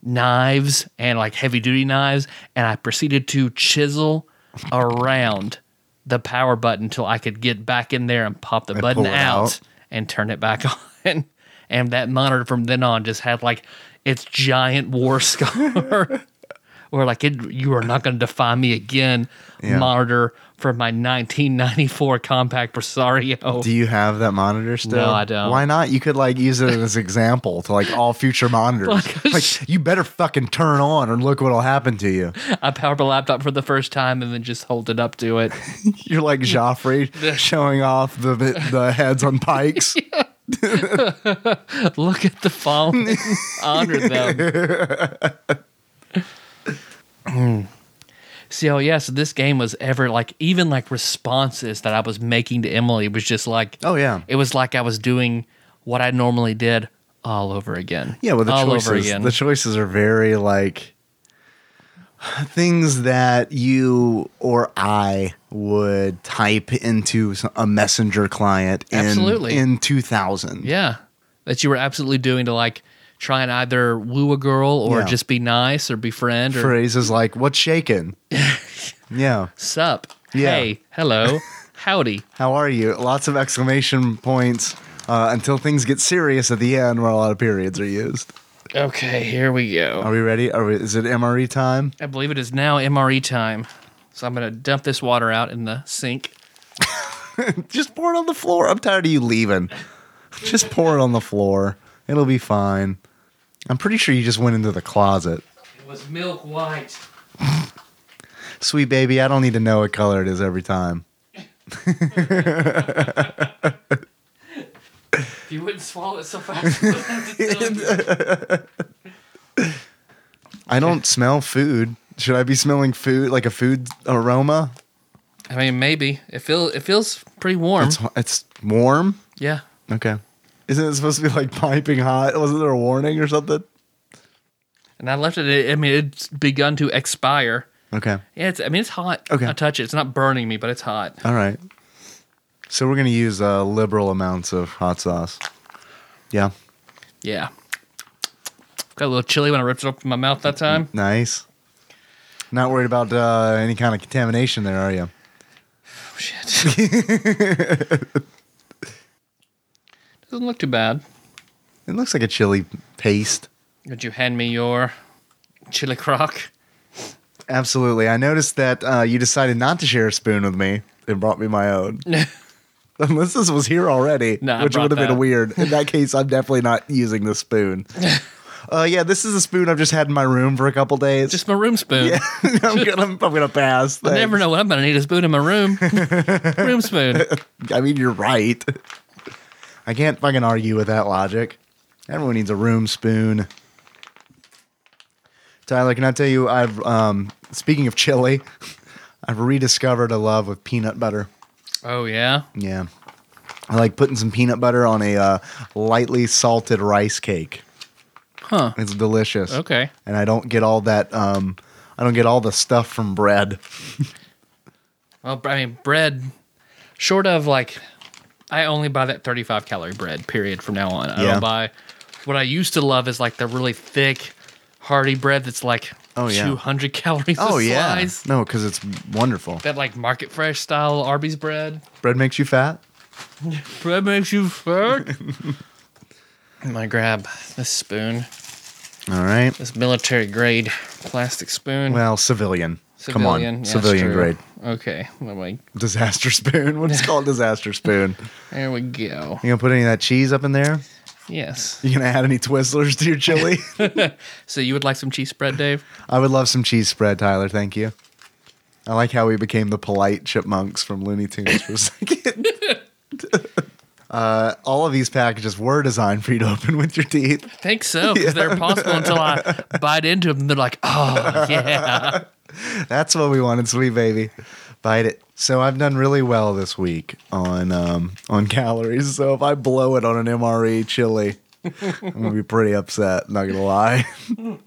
knives and like heavy duty knives, and I proceeded to chisel around the power button until I could get back in there and pop the button
pull it
out,
out.
and turn it back [LAUGHS] on. And that monitor from then on just had like its giant war [LAUGHS] scar. Or like it, you are not going to define me again.
Yeah.
Monitor for my 1994 compact Presario.
Do you have that monitor still?
No, I don't.
Why not? You could like use it as example to like all
[LAUGHS]
future monitors. like you better fucking turn on or look what'll happen to
[LAUGHS]
you.
I powered my laptop for the first time and then just hold it up to it.
You're like Joffrey showing off the the
[LAUGHS]
heads on pikes.
Look at the
[LAUGHS]
fallen. Honor them.
Hmm.
Mm. so oh, yeah, so this game was ever like even like responses that I was making to Emily was just like
Oh, yeah.
It was like I was doing what I normally did all over again.
Yeah, well the
all
choices the choices are very like things that you or I would type into a messenger client in,
Absolutely.
in 2000.
Yeah. That you were absolutely doing to like try and either woo a girl or
Yeah.
just be nice or befriend or
Phrases like what's
[LAUGHS]
shaking? yeah.
sup.
Yeah.
Hey,
[LAUGHS]
hello, howdy.
How are you? Lots of exclamation points uh, until things get serious at the end, where a lot of periods are used.
Okay, here we go.
Are we ready? Are we, is it MRE time?
I E believe it is now MRE time. So I'm going to dump this water out in the sink.
Just pour it on the floor. I'm tired of you leaving. Just pour it on the floor. It'll be fine. I'm pretty sure you just went into the closet.
It was milk white.
Sweet baby, I don't need to know what color it is every time.
If you wouldn't swallow it so fast, [LAUGHS] I wouldn't have to tell you.
I don't smell food. Should I be smelling food like a food aroma?
I mean, maybe it feels it feels pretty warm.
It's it's warm.
yeah,
Hmm? Okay. Isn't it supposed to be like piping hot? Wasn't there a warning or something?
and I left it. I mean, it's begun to expire.
Okay.
Yeah, it's. I mean, it's hot.
Okay.
I touch it. It's not burning me, but it's hot.
All right. So we're gonna use uh, liberal amounts of hot sauce. Yeah.
Yeah. Got a little chilly when I ripped it up from my mouth that time.
Nice. Not worried about uh, any kind of contamination there, are you?
Oh, shit. Doesn't look too bad.
It looks like a chili paste.
Would you hand me your chili crock?
Absolutely. I noticed that uh, you decided not to share a spoon with me and brought me
[LAUGHS]
my own. Unless this was here already,
No, I
which
brought
would have
that.
been weird. In that case, I'm definitely not using
[LAUGHS]
the spoon. uh, yeah, this is a spoon I've just had in my room for a couple days.
Just my room spoon.
[LAUGHS] I'm gonna, I'm gonna pass.
I never know when I'm gonna need a spoon in my
[LAUGHS]
room. room spoon.
I mean, you're right. I can't fucking argue with that logic. Everyone needs a room spoon. Tyler, can I tell you? I've um, speaking of chili, [LAUGHS] I've rediscovered a love with peanut butter.
Oh yeah.
Yeah, I like putting some peanut butter on a uh, lightly salted rice cake.
Huh.
It's delicious.
Okay.
and I don't get all that. Um, I don't get all the stuff from bread.
Well, I mean, bread. Short of like, I only buy that 35 calorie bread. Period. From now on, I
Yeah.
don't buy. What I used to love is like the really thick, hearty bread that's like
Oh, yeah. Oh,
200 calories. a slice.
no, because it's wonderful.
That like market fresh style Arby's bread.
Bread makes you fat.
Bread makes you fat.
[LAUGHS]
I'm gonna grab this spoon,
All right.
this military grade plastic spoon.
Well, civilian. Come on,
Civilian, yeah, that's
civilian
true.
grade.
Okay, well, like
Disaster spoon. What
[LAUGHS]
is called disaster spoon?
there we go.
You gonna put any of that cheese up in there?
Yes.
You gonna add any Twizzlers to your
[LAUGHS]
chili?
So you would like some cheese spread, Dave?
I would love some cheese spread, Tyler. Thank you. I like how we became the polite chipmunks from Looney Tunes for
[LAUGHS]
a second. [LAUGHS] uh, all of these packages were designed for you to open with your teeth.
think
[LAUGHS]
so because they're possible until I bite into them. They're like, oh yeah.
That's what we wanted, sweet baby. Bite it. So I've done really well this week on um, on calories. So if I blow it on an MRE chili, I'm gonna be pretty upset. Not gonna lie. [LAUGHS]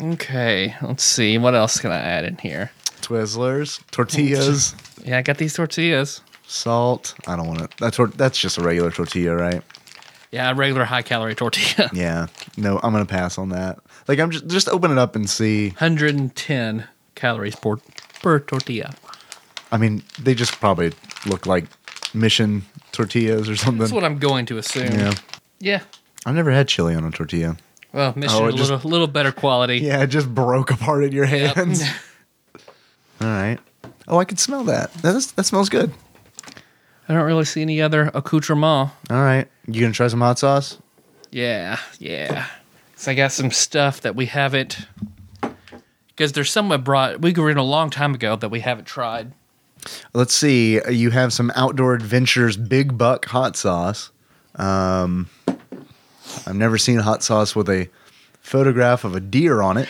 Okay, let's see what else can I add in here.
Twizzlers, tortillas,
Yeah, I got these tortillas.
salt. I don't want it. That's tor- that's just a regular tortilla, right?
Yeah, a regular high calorie tortilla.
[LAUGHS] Yeah. No, I'm gonna pass on that. Like I'm just just open it up and see.
110 calories per per tortilla.
I mean, they just probably look like mission tortillas or
That's
something.
what I'm going to assume.
Yeah.
Yeah.
I've never had chili on a tortilla.
Well, mission
Oh,
a
it just-
little little better quality.
Yeah, it just broke apart in your
Yep.
[LAUGHS] hands. All right. Oh, I can smell that. That, is, that smells good.
I don't really see any other accoutrement.
All right. You gonna try some hot sauce?
Yeah, yeah. So I got some stuff that we haven't because there's some I brought we grew in a long time ago that we haven't tried.
Let's see. You have some Outdoor Adventures Big Buck hot sauce. Um, I've never seen hot sauce with a photograph of a deer on it.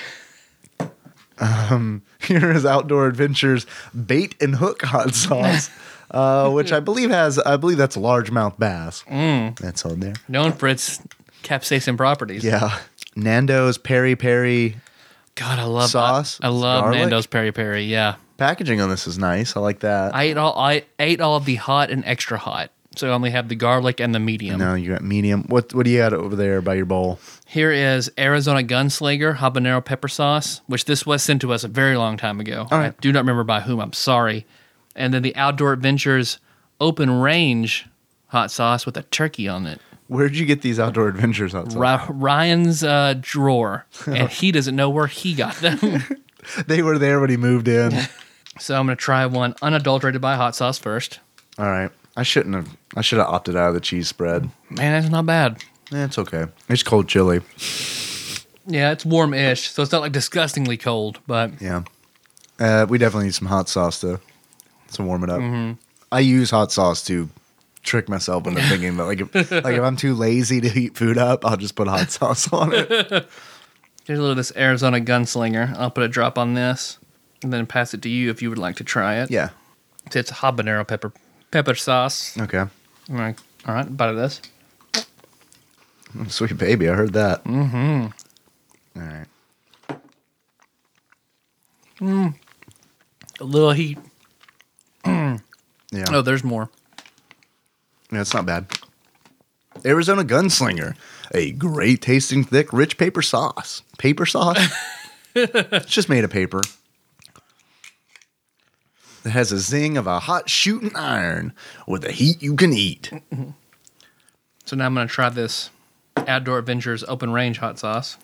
Um, [LAUGHS] here is Outdoor Adventures Bait and Hook hot [LAUGHS] sauce, uh, which I believe has, I believe that's largemouth bass. That's on there.
known for its capsaicin properties.
Yeah. Nando's Peri Peri
God, I love
Sauce,
I, I love
garlic.
Nando's peri peri. Yeah,
packaging on this is nice. I like that.
I ate all I ate all of the hot and extra hot, so I only have the garlic and the medium.
no, you got medium. What what do you got over there by your bowl?
Here is Arizona Gunslinger habanero pepper sauce, which this was sent to us a very long time ago.
All right.
I do not remember by whom. I'm sorry. And then the Outdoor Adventures Open Range hot sauce with a turkey on it.
Where'd you get these outdoor adventures outside?
Ry- Ryan's uh,
[LAUGHS]
drawer, and he doesn't know where he got them.
They were there when he moved in.
so I'm gonna try one unadulterated by hot sauce first.
All right. I shouldn't have. I should have opted out of the cheese spread.
Man, that's not bad.
Eh, it's okay. It's cold chili.
Yeah, it's warm ish, so it's not like disgustingly cold, but
Yeah. Uh, we definitely need some hot sauce to to warm it up.
Mm-hmm.
I use hot sauce to trick
[LAUGHS]
myself into thinking that like if, like if I'm too lazy to heat food up, I'll just put hot [LAUGHS] sauce on it.
here's a little of this Arizona gunslinger. I'll put a drop on this and then pass it to you if you would like to try it.
Yeah.
It's habanero pepper pepper sauce.
Okay.
All right, all right, bite of this.
Sweet baby, I heard that. Mm-hmm. All right.
A little heat.
Yeah.
Oh, there's more.
yeah, it's not bad. Arizona Gunslinger, a great tasting, thick, rich paper sauce.
[LAUGHS]
Paper sauce. it's just made of paper. It has a zing of a hot shooting iron with a heat you can eat.
So now I'm gonna try this Outdoor Adventures open range hot sauce.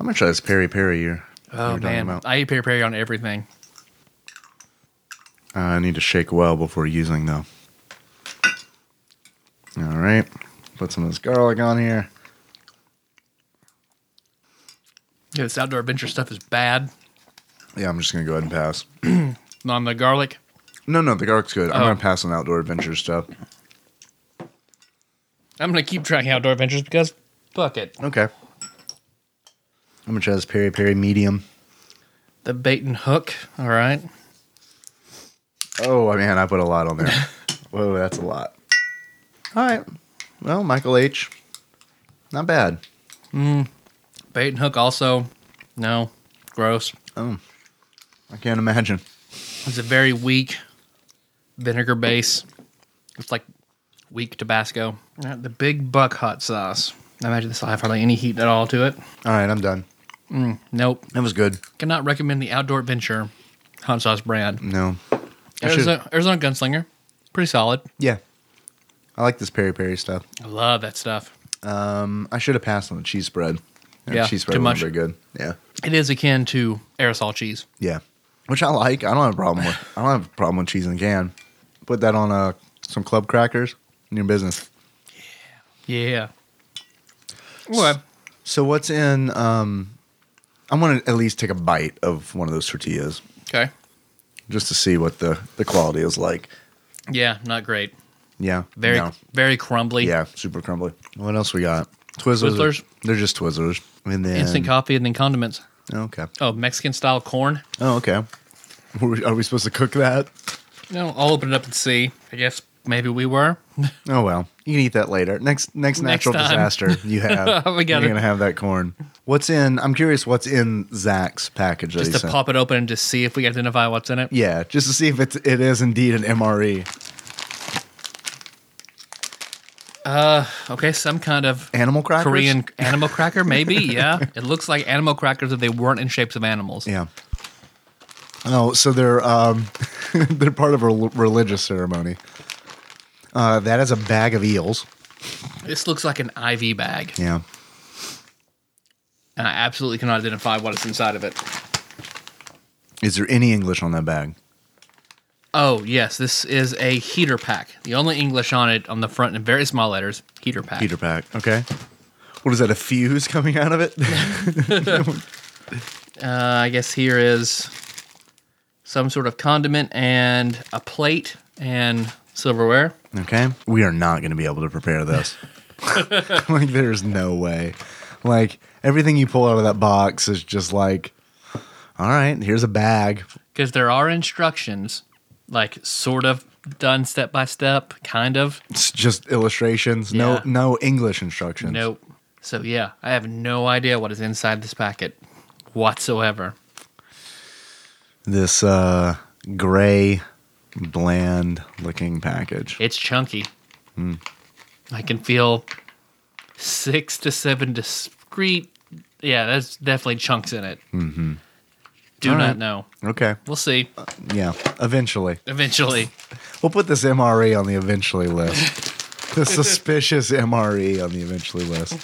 I'm gonna try this peri peri here.
Oh man, I eat peri peri on everything.
Uh, I need to shake well before using though. All right, put some of this garlic on here.
Yeah, this Outdoor Adventure stuff is bad.
Yeah, I'm just gonna go ahead and pass.
And on the garlic,
No, no, the garlic's good. I'm
Oh.
gonna pass on outdoor adventure stuff.
I'm gonna keep trying Outdoor Adventures because fuck it.
Okay. I'm gonna try this peri peri medium.
The bait and hook. All right.
Oh man, I put a lot
[LAUGHS]
on there. Whoa, that's a lot. All right. Well, Michael H. Not bad.
Bait and hook also. No, gross.
I can't imagine.
It's a very weak vinegar base. It's like weak Tabasco. All right, the big buck hot sauce. I imagine this will have hardly any heat at all to it.
All right, I'm done.
Nope.
That was good.
Cannot recommend the Outdoor Adventure hot sauce brand.
No. I should-
Arizona, Arizona Gunslinger. Pretty solid.
Yeah. I like this peri peri stuff.
I love that stuff.
Um, I should have passed on the cheese spread.
Yeah,
cheese spread
too
wasn't
much.
very good. Yeah,
It is akin to aerosol cheese.
yeah, which I like. I don't have a problem with. I don't have a problem with cheese in a can. Put that on uh, some club crackers. New business.
Yeah. Well,
So what's in? Um, I want to at least take a bite of one of those tortillas
okay.
just to see what the the quality is like.
Yeah, not great.
Yeah,
Very,
no.
very crumbly.
yeah, super crumbly. What else we got? Twizzlers.
Twizzlers.
They're just Twizzlers. And then
Instant coffee and then condiments.
Okay.
Oh, Mexican style corn.
Oh, okay. Were we- Are we supposed to cook that?
No, I'll open it up and see. I guess maybe we were.
Oh well, you can eat that later. Next, next
Next
natural
time.
disaster
[LAUGHS]
you have,
We
you're
got it.
gonna have that corn. What's in? I'm curious. What's in Zach's package? that
Just
he
to
sent?
pop it open and just see if we identify what's in it.
Yeah, just to see if it's it is indeed an E. MRE,
Okay, some kind of
animal crackers. [LAUGHS]
Korean animal cracker, maybe. Yeah, it looks like animal crackers if they weren't in shapes of animals.
Yeah. Oh, so they're um, [LAUGHS] they're part of a rel- religious ceremony. Uh, that is a bag of eels.
This looks like an IV bag,
Yeah.
and I absolutely cannot identify what is inside of it.
Is there any English on that bag?
Oh yes, this is a heater pack. The only English on it on the front in very small letters, heater pack.
Peter pack. Okay. What is that? A fuse coming out of [LAUGHS] it?
Uh, I guess here is some sort of condiment and a plate and silverware.
Okay. We are not going to be able to prepare [LAUGHS] this. like, there's no way. Like, everything you pull out of that box is just like, all right, here's a bag.
Because there are instructions, like sort of done step by step, kind of.
It's just illustrations.
Yeah.
No, no English instructions.
Nope. So yeah, I have no idea what is inside this packet whatsoever.
This uh, gray, bland looking package.
It's chunky. I can feel six to seven discrete. Yeah, that's definitely chunks in it. Mm-hmm. Do
All
not
right.
know.
Okay.
We'll see
Yeah. Eventually.
eventually.
We'll put this MRE on the eventually list. the suspicious MRE on the eventually list.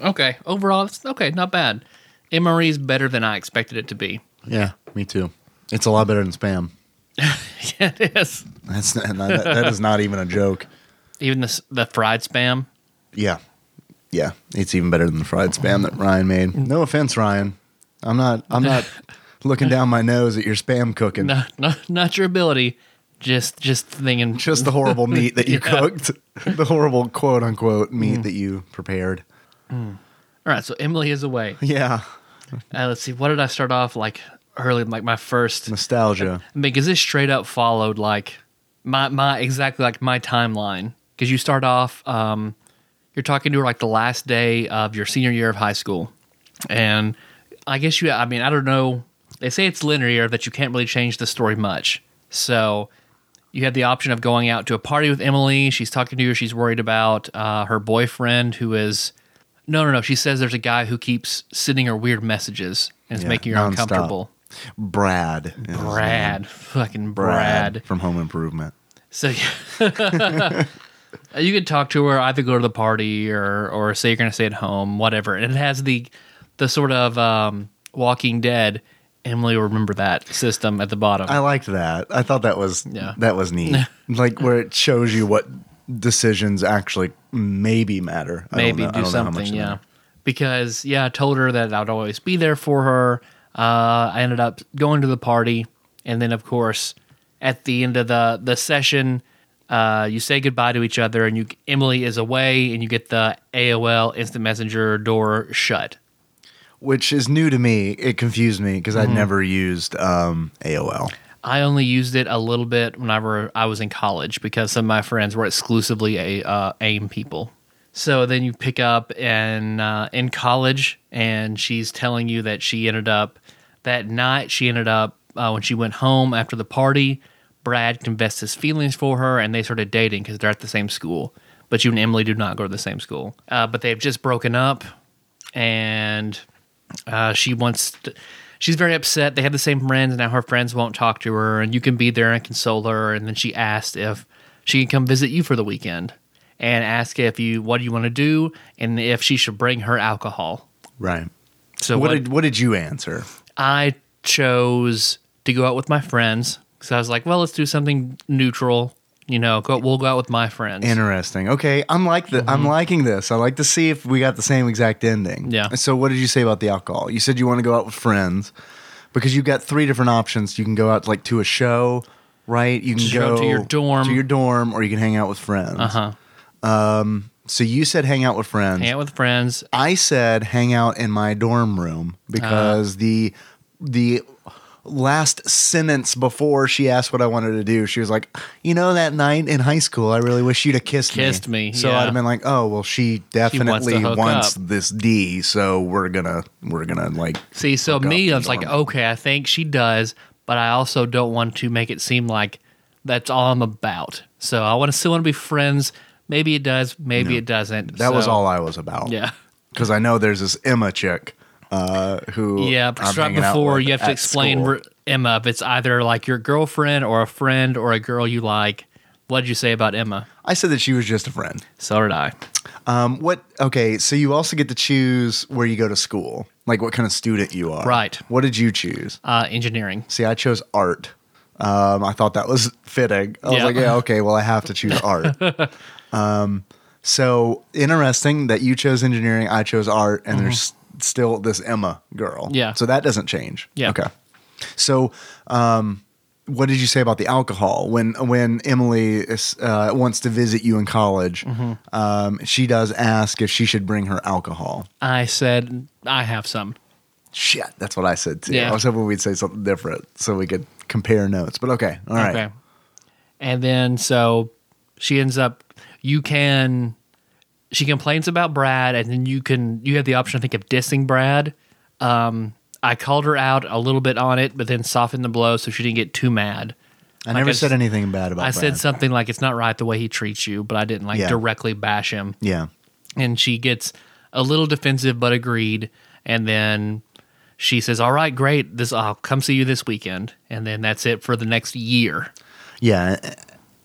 Okay. Overall, it's okay. Not bad. E MRE is better than I expected it to be. [LAUGHS]
Yeah, me too. It's a lot better than spam.
yeah, it is.
That's not, that, that is not even a joke.
Even the s- the fried spam.
Yeah. Yeah. It's even better than the fried spam that Ryan made. No offense, Ryan. I'm not I'm not looking down my nose at your spam cooking.
No, no, not your ability. Just just thinking.
Just the horrible meat that you [LAUGHS] cooked. Mm. The horrible quote unquote meat that you prepared.
All right, so Emily is away.
Yeah.
Uh, let's see. What did I start off like early? Like my first.
Nostalgia.
I mean, because this straight up followed like my my exactly like my timeline. Because you start off, um, you're talking to her like the last day of your senior year of high school, and I guess you. I mean, I don't know. They say it's linear that you can't really change the story much. So you had the option of going out to a party with Emily. She's talking to you. She's worried about uh, her boyfriend who is. No, no, no. She says there's a guy who keeps sending her weird messages and it's
Yeah,
making her
nonstop.
uncomfortable.
Brad. is-
Brad, fucking Brad.
Brad from Home Improvement.
So [LAUGHS] you could talk to her, either go to the party or or say you're going to stay at home, whatever. And it has the the sort of um, Walking Dead. Emily will remember that system at the bottom.
I liked that. I thought that was
Yeah.
that was neat. [LAUGHS] like where it shows you what decisions actually maybe matter. I don't
Maybe
know- I
do
don't know how much
something,
they
yeah.
matter.
Because yeah, I told her that I'd always be there for her. Uh, I ended up going to the party, and then of course, at the end of the the session, uh, you say goodbye to each other, and you Emily is away, and you get the AOL Instant Messenger door shut.
Which is new to me. It confused me because I'd never used um, AOL.
I only used it a little bit whenever I was in college because some of my friends were exclusively a uh, AIM people. So then you pick up and uh, in college, and she's telling you that she ended up that night. She ended up uh, when she went home after the party. Brad confessed his feelings for her, and they started dating because they're at the same school. But you and Emily do not go to the same school. Uh, but they've just broken up, and uh, she wants t she's very upset they have the same friends and now her friends won't talk to her and you can be there and console her and then she asked if she can come visit you for the weekend and ask if you what do you want to do and if she should bring her alcohol
Right.
so
what,
what,
did what did you answer?
i chose to go out with my friends because i was like well let's do something neutral you know go, we'll go out with my friends
Interesting. Okay, I'm like the
Mm-hmm.
I'm liking this. I like to see if we got the same exact ending.
Yeah.
So what did you say about the alcohol? You said you want to go out with friends because you've got three different options. You can go out like to a show, right? You can
Show
go
to your dorm. Uh-huh.
to your dorm, or you can hang out with friends. Uh huh. Um. So you said hang out with friends.
hang out with friends
I said hang out in my dorm room because the the last sentence before she asked what I wanted to do, she was like, "You know that night in high school, I really wish you'd have kissed,
Kissed me,
So
yeah.
I'd have been like, "Oh well, she definitely
hook
wants,
up.
this D, so we're gonna we're gonna like
See, so
hook up
me, I
and
was like,
dorm.
okay, I think she does, but I also don't want to make it seem like that's all I'm about. So I want to still want to be friends. Maybe it does, maybe it doesn't.
that was
So,
all I was about."
Yeah,
because I know there's this Emma chick uh, who
yeah.
I'm
Because right
hanging out
before,
with
you have to
at
explain
school.
re- Emma. If it's either like your girlfriend or a friend or a girl you like, what did you say about Emma?
I said that she was just a friend.
So did I.
Um, what? Okay, so you also get to choose where you go to school, like what kind of student you are.
Right.
What did you choose?
Uh, engineering.
See, I chose art. Um, I thought that was fitting. I was
Yeah.
like, yeah, okay, well, I have to
[LAUGHS]
choose art. um, so interesting that you chose engineering, I chose art, and there's still this Emma girl.
Mm-hmm. Yeah.
So that doesn't change.
Yeah.
Okay. So, um, what did you say about the alcohol when when Emily is, uh, wants to visit you in college?
Mm-hmm.
Um, she does ask if she should bring her alcohol.
I said I have some.
Shit, that's what I said too.
Yeah.
I was hoping we'd say something different so we could compare notes. But okay, all right.
Okay. And then so she ends up you can she complains about Brad and then you can you have the option I think of dissing Brad. Um I called her out a little bit on it, but then softened the blow so she didn't get too mad.
I never
I
said
s-
anything bad about.
I said
Brad.
something like it's not right the way he treats you, but I didn't like
Yeah.
directly bash him
Yeah,
and she gets a little defensive but agreed and then she says all right great this i'll come see you this weekend and then that's it for the next year
yeah.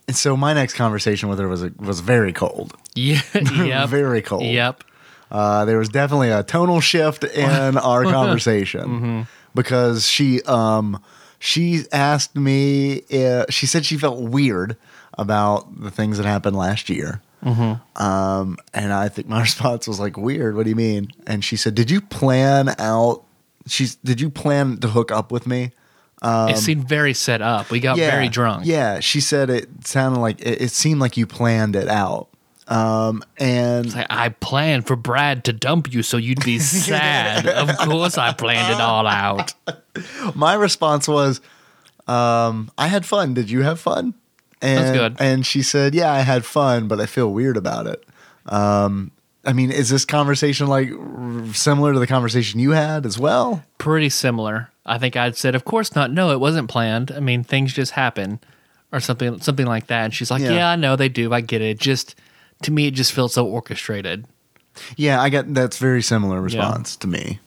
And so my next conversation with her was was very cold.
yeah yep.
[LAUGHS] Very cold.
yep
Uh, there
[LAUGHS]
was
Mm-hmm.
definitely a tonal shift in our conversation because she um she asked me, if, she said she felt weird about the things that happened last year.
Mm-hmm.
Um, and I think my [LAUGHS] response was like, weird. What do you mean? And she said, did you plan out? She's, did you plan to hook up with me?
it seemed very set up. We got very drunk.
Um, Yeah. She said it sounded like it, it seemed like you planned it out. Um, and
Like, I planned for Brad to dump you so you'd
[LAUGHS]
be sad. of course, I planned it all out.
my response was, um, I had fun. Did you have fun? And,
good.
And she said, Yeah, I had fun, but I feel weird about it. Um, I mean, is this conversation like r- similar to the conversation you had as well?
Pretty similar. I think I'd said, "Of course not. No, it wasn't planned. I mean, things just happen, or something, something like that." And she's like,
Yeah.
"Yeah, I know they do. I get it. Just to me, it just feels so orchestrated."
Yeah, I got that's very similar response to me.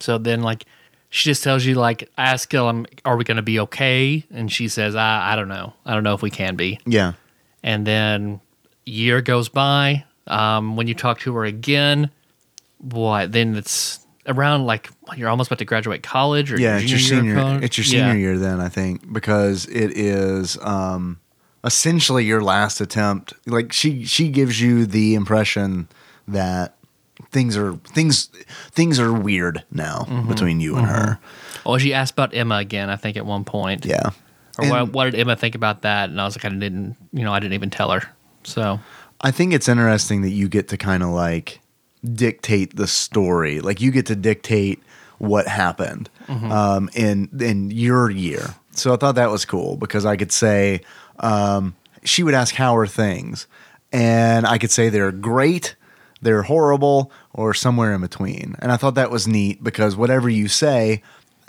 So then, like, she just tells you, like, ask him, "Are we going to be okay?" And she says, "I, I don't know. I don't know if we can be."
Yeah.
and then year goes by um, when you talk to her again what then it's around like when you're almost about to graduate college or
Yeah, it's
junior
your senior
year of college.
it's your
Yeah.
senior year then, I think, because it is um essentially your last attempt. Like she she gives you the impression that things are things things are weird now
Mm-hmm.
between you and her.
oh she asked about emma again i think at one point
Yeah.
or what,
And
what did emma think about that and i was like i didn't you know i didn't even tell her so
I think it's interesting that you get to kind of like dictate the story. Like you get to dictate what happened
Mm-hmm.
um, in in your year. So I thought that was cool because I could say um, she would ask how are things, and I could say they're great, they're horrible, or somewhere in between. And I thought that was neat because whatever you say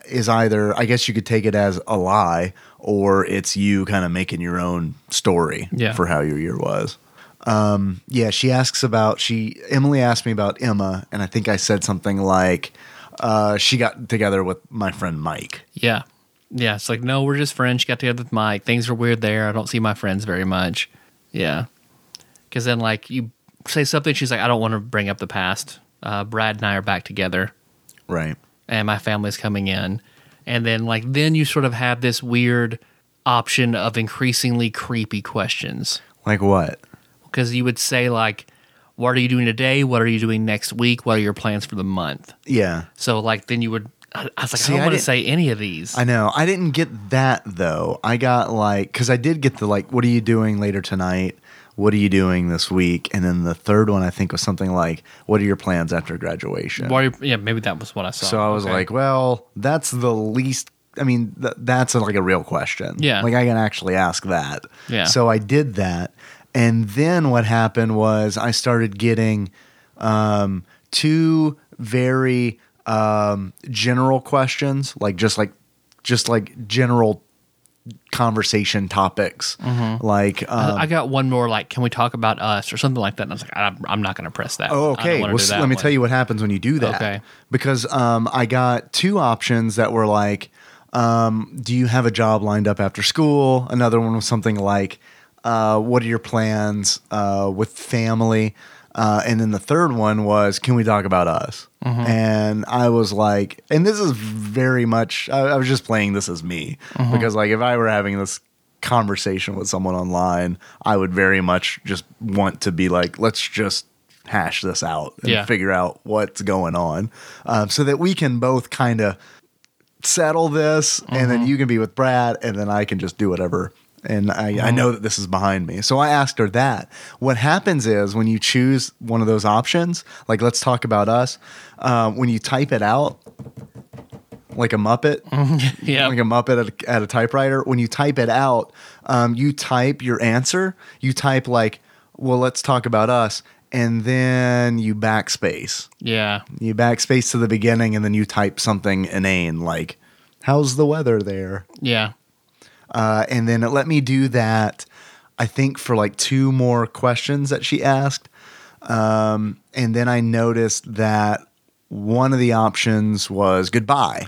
is either I guess you could take it as a lie or it's you kind of making your own story
Yeah.
for how your year was Um, yeah, she asks about she Emily asked me about Emma, and I think I said something like, uh, she got together with my friend Mike.
yeah yeah it's like no we're just friends she got together with mike things are weird there i don't see my friends very much yeah because then like you say something she's like i don't want to bring up the past uh, brad and i are back together
Right.
and my family's coming in and then like then you sort of have this weird option of increasingly creepy questions
Like what?
because you would say like what are you doing today what are you doing next week what are your plans for the month
Yeah.
so like then you would i, I was like
See,
i
I
don't want to
didn't-
say any of these
I know. I didn't get that though. I got like because I did get the like, what are you doing later tonight? What are you doing this week? And then the third one I think was something like, what are your plans after graduation?
What are you- yeah maybe that was what i saw
So I was
Okay.
like, well, that's the least. I mean, th- that's like a real question.
Yeah.
Like I can actually ask that.
Yeah.
So I did that. And then what happened was I started getting um, two very um, general questions, like just like, just like general conversation topics. Like, um,
Mm-hmm. Uh, I got one more like, can we talk about us or something like that? And I was like, I'm, I'm not going to press that.
Oh,
one. I don't
okay.
wanna
Well,
do
s-
that
let me
one.
tell you what happens when you do that.
Okay.
Because um, I got two options that were like, um, do you have a job lined up after school? Another one was something like, uh, what are your plans uh, with family? Uh, and then the third one was, can we talk about us? And I was like, and this is very much, I, I was just playing this as me because, like, if I were having this conversation with someone online, I would very much just want to be like, let's just hash this out and
Yeah.
figure out what's going on um, so that we can both kind of settle this and then you can be with Brad and then I can just do whatever. And I, I know that this is behind me. So I asked her that. What happens is when you choose one of those options, like let's talk about us, um, when you type it out like a Muppet,
[LAUGHS] Yeah.
[LAUGHS] like a Muppet at a, at a typewriter. When you type it out, um, you type your answer. You type like, "Well, let's talk about us," and then you backspace.
yeah.
You backspace to the beginning, and then you type something inane like, "How's the weather there?"
Yeah.
Uh, and then it let me do that. I think for like two more questions that she asked, um, and then I noticed that one of the options was goodbye.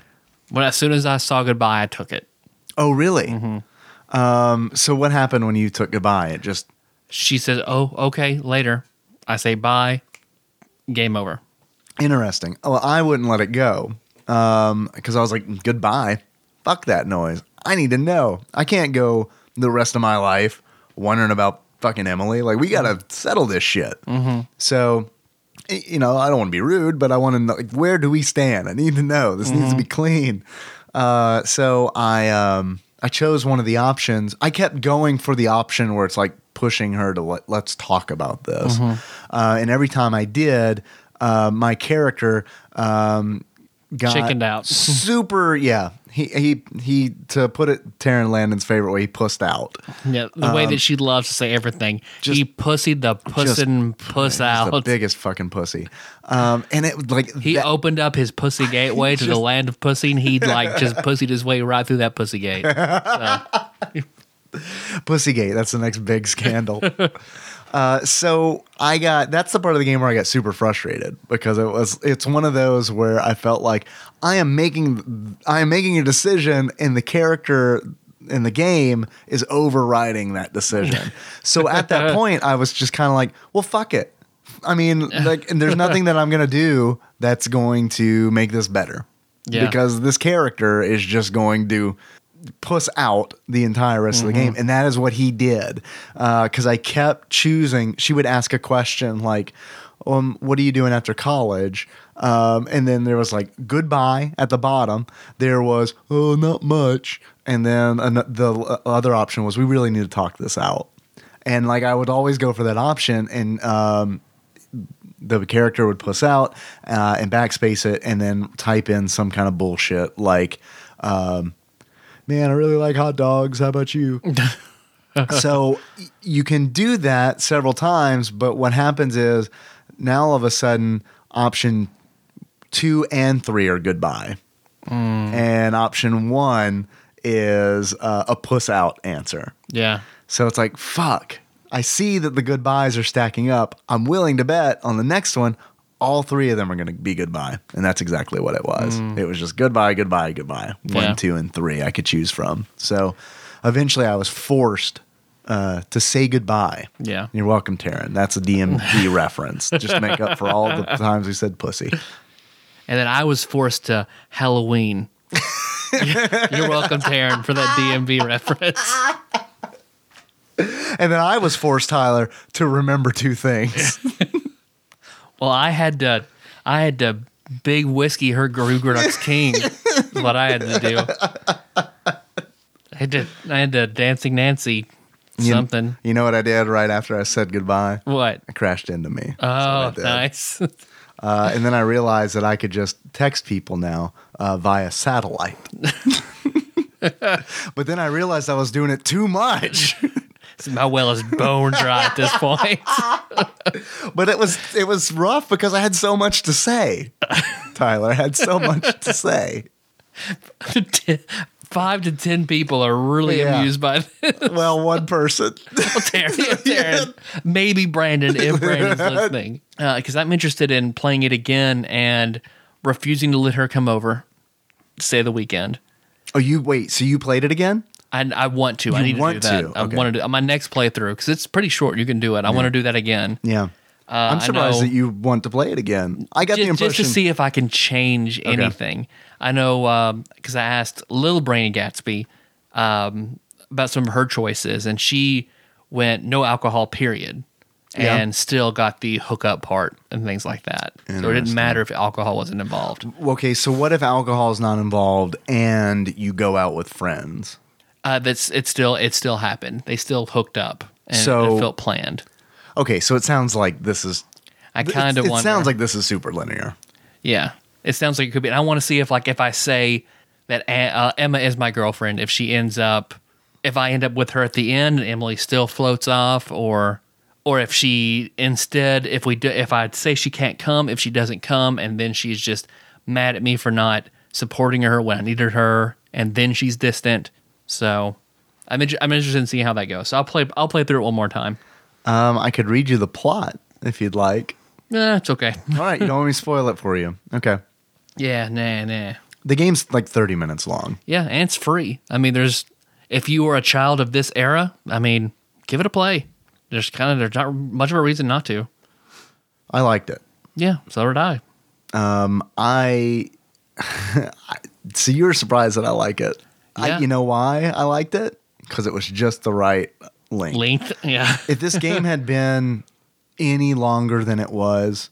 When as soon as I saw goodbye, I took it.
Oh, really? Um, so what happened when you took goodbye? It just
She says, "Oh, okay, later." I say bye. Game over.
um, interesting. Well, I wouldn't let it go because I was like, goodbye. Fuck that noise. I need to know. I can't go the rest of my life wondering about fucking Emily. Like, we got to settle this shit. So, y- you know, I don't want to be rude, but I want to know like, where do we stand? I need to know. This needs to be
Mm-hmm.
clean. Uh, so I um, I chose one of the options. I kept going for the option where it's like pushing her to let, let's talk about this.
Mm-hmm.
Uh, and every time I did, uh, my character um, got
Chickened out.
super yeah. He, he he to put it Taryn Landon's favorite way he pussed out
Yeah, the way that she loves to say everything.
um, just-
he pussied the puss
just-
and puss
He's the
out.
biggest fucking pussy um and it was like
He
that-
opened up his pussy gateway
[LAUGHS]
to the land of pussy, and he like just pussied his way right through that pussy
[LAUGHS]
gate.
Pussygate. That's the next big scandal. [LAUGHS] uh, so I got that's the part of the game where I got super frustrated because it was it's one of those where I felt like I am making I am making a decision and the character in the game is overriding that decision. so at that point I was just kind of like, well fuck it. I mean, like and there's nothing that I'm going to do that's going to make this better.
Yeah.
Because this character is just going to puss out the entire rest of the game. And that is what he did. Because I kept choosing, she would ask a question like, um, what are you doing after college? Um, and then there was like goodbye at the bottom. There was, oh, not much. And then an- the l- other option was, we really need to talk this out. And like I would always go for that option. And um, the character would puss out uh, and backspace it and then type in some kind of bullshit like, um, man, I really like hot dogs. How about you? so y- you can do that several times, but what happens is now all of a sudden option two and three are goodbye. And option one is uh, a puss out answer.
Yeah,
So it's like, fuck. I see that the goodbyes are stacking up. I'm willing to bet on the next one, all three of them are going to be goodbye. And that's exactly what it was. It was just goodbye, goodbye, goodbye. One,
Mm. Yeah.
two, and three I could choose from. So eventually I was forced uh, to say goodbye.
Yeah.
You're welcome, Taryn. That's
[LAUGHS]
a DMV reference. Just to make up for all the times we said pussy.
and then I was forced to
[LAUGHS]
Halloween. [LAUGHS] You're welcome, Taryn, for that DMV reference.
And then I was forced, Tyler, to remember two things.
Well, I had to, I had to big whiskey her Garugranux King. is what I had to do. I had to, I had to dancing Nancy
You-
something.
You know what I did right after I said goodbye?
What?
It crashed into me. That's what I
Oh,
did.
nice. [LAUGHS]
Uh, and then I realized that I could just text people now uh, via satellite. [LAUGHS] but then I realized I was doing it too much. [LAUGHS]
My well is bone dry at this point.
But it was it was rough because I had so much to say. Tyler I had so much to say.
Ten- Five to ten people are really
Yeah.
amused by
[LAUGHS]
this.
Well, one person. [LAUGHS]
Terrence, Terrence. Maybe Brandon, if
[LAUGHS]
Brandon's listening. Because I'm interested in playing it again and refusing to let her come over, say the weekend.
Oh, you wait. So you played it again?
I, I want to. I
You
need to
want
do that.
to,
I
okay.
want to do my next playthrough because it's pretty short. You can do it. I want to do that again.
Yeah.
Uh, I
I'm surprised
know.
that you want to play it again. I got the
just, just
impression.
to see if I can change anything. I know because I asked Little Brainy Gatsby um, about some of her choices, and she went no alcohol, period,
Yeah.
and still got the hookup part and things like that. So it didn't matter if alcohol wasn't involved.
okay, so what if alcohol is not involved and you go out with friends?
Uh, that's it. Still, it still happened. They still hooked up, and
So-
it felt planned.
Okay, so it sounds like this is
I
Th-
kind of
it,
wonder.
it sounds like this is super linear.
Yeah, it sounds like it could be. And I want to see if, like, if I say that A- uh, Emma is my girlfriend, if she ends up, if I end up with her at the end, and Emily still floats off, or, or if she instead, if we do, if I say she can't come, if she doesn't come, and then she's just mad at me for not supporting her when I needed her, and then she's distant. So, I'm inter- I'm interested in seeing how that goes. So I'll play I'll play through it one more time.
Um, I could read you the plot if you'd like.
Eh, it's okay.
All right, you don't want me to spoil it for you. Okay.
Yeah, nah, nah.
The game's like 30 minutes long.
Yeah, and it's free. I mean, there's if you are a child of this era, I mean, give it a play. There's kind of there's not much of a reason not to.
I liked it.
Yeah, so did I.
[LAUGHS] I, I so you were surprised that I like it.
Yeah.
I, you know why I liked it? Because it was just the right length.
Length, [LAUGHS] yeah.
If this
[LAUGHS]
game had been any longer than it was,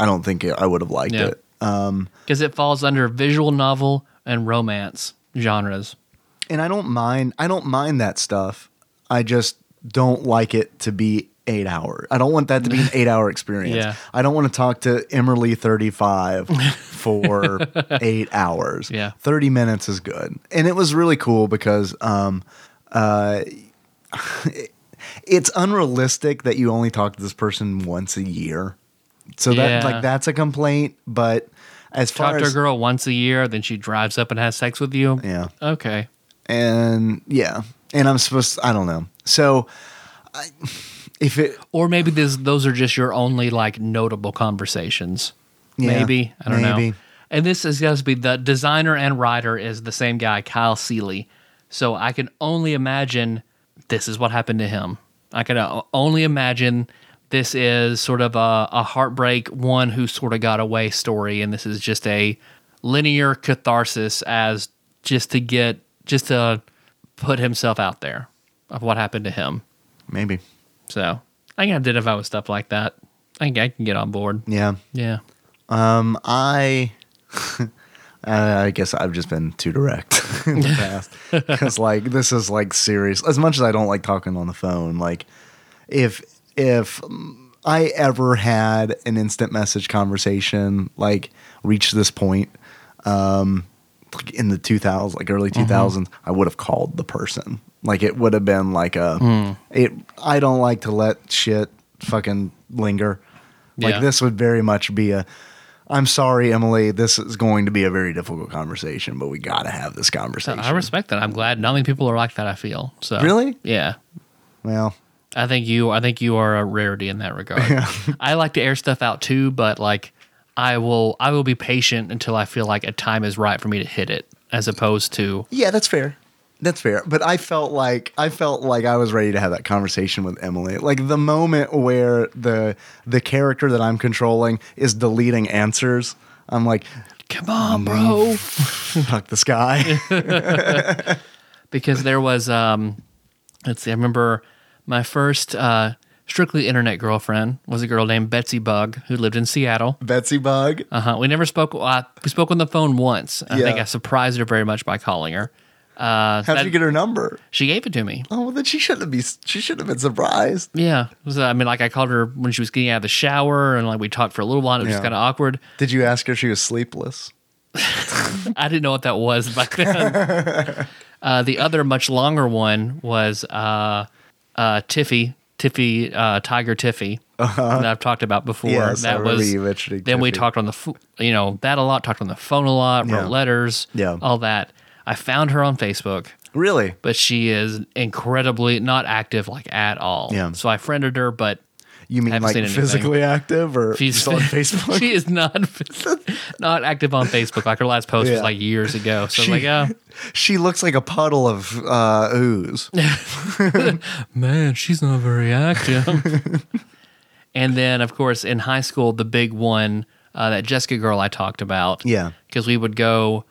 I don't think it, I would have liked
Yeah.
it. Um,
Because it falls under visual novel and romance genres.
and I don't mind. I don't mind that stuff. I just don't like it to be eight hour. I don't want that
[LAUGHS]
to be an eight hour experience.
Yeah.
I don't want to talk to Emerly thirty
[LAUGHS]
five for eight hours.
Yeah.
thirty minutes is good, and it was really cool because um, uh, [LAUGHS] it's unrealistic that you only talk to this person once a year. So that
Yeah.
like that's a complaint, but as far
Talk to a
as
girl once a year, then she drives up and has sex with you.
yeah,
Okay.
and yeah, and I'm supposed. I don't know. So, I, if it
Or maybe this, those are just your only like notable conversations.
Yeah,
maybe I don't
maybe.
know. And this is going to be the designer and writer is the same guy, Kyle Seeley. So I can only imagine this is what happened to him. I can o- only imagine this is sort of a, a heartbreak, one who sort of got away story, and this is just a linear catharsis as just to get just to put himself out there of what happened to him.
maybe,
So I can identify with stuff like that. I think I can get on board.
yeah,
Yeah.
um, I, [LAUGHS] I guess I've just been too direct [LAUGHS] in the past because like this is like serious. As much as I don't like talking on the phone, like if if um, I ever had an instant message conversation like reach this point, um, like in the 2000s, like early 2000s, I would have called the person. Like it would have been like a it. I don't like to let shit fucking linger. Like
Yeah.
this would very much be a. I'm sorry, Emily. This is going to be a very difficult conversation, but we got to have this conversation.
I respect that. I'm glad not many people are like that. I feel so.
Really?
Yeah.
well,
I think you. I think you are a rarity in that regard. [LAUGHS] I like to air stuff out too, but like, I will. I will be patient until I feel like a time is right for me to hit it, as opposed to
Yeah, that's fair. That's fair. But I felt like I felt like I was ready to have that conversation with Emily. Like the moment where the the character that I'm controlling is deleting answers, I'm like, "Oh,
come on, bro.
[LAUGHS] fuck
[LAUGHS]
this guy.
because there was um let's see i remember my first uh strictly internet girlfriend was a girl named betsy bug who lived in seattle
Betsy Bug.
uh-huh we never spoke uh, we spoke on the phone once i think
Yeah.
i surprised her very much by calling her uh
How'd
that-
you get her number?
she gave it to me
Oh well then she shouldn't be she should have been surprised.
yeah It was, uh, i mean like i called her when she was getting out of the shower and like we talked for a little while and it was
Yeah.
kind of awkward
Did you ask her if she was sleepless?
I didn't know what that was back [LAUGHS] then. uh, the other much longer one was uh, uh, Tiffy, Tiffy, uh, Tiger Tiffy that I've talked about before.
Uh-huh. Yes, I
that
remember you mentioning
then we
Tiffy.
talked on the pho- you know that a lot, talked on the phone a lot, wrote
Yeah.
letters,
Yeah.
all that. I found her on Facebook,
Really?
but she is incredibly not active like at all.
Yeah.
So I friended her, but
You mean
Haven't
like
seen anything.
physically active or
She's [LAUGHS]
just on Facebook?
she is not [LAUGHS] not active on Facebook. Like her last post was
Yeah.
like years ago. So
She-
like, yeah,
she looks like a puddle of uh,
[LAUGHS]
ooze.
man, she's not very active. [LAUGHS] and then, of course, in high school, the big one, uh, that Jessica girl I talked about.
Yeah.
Because we would go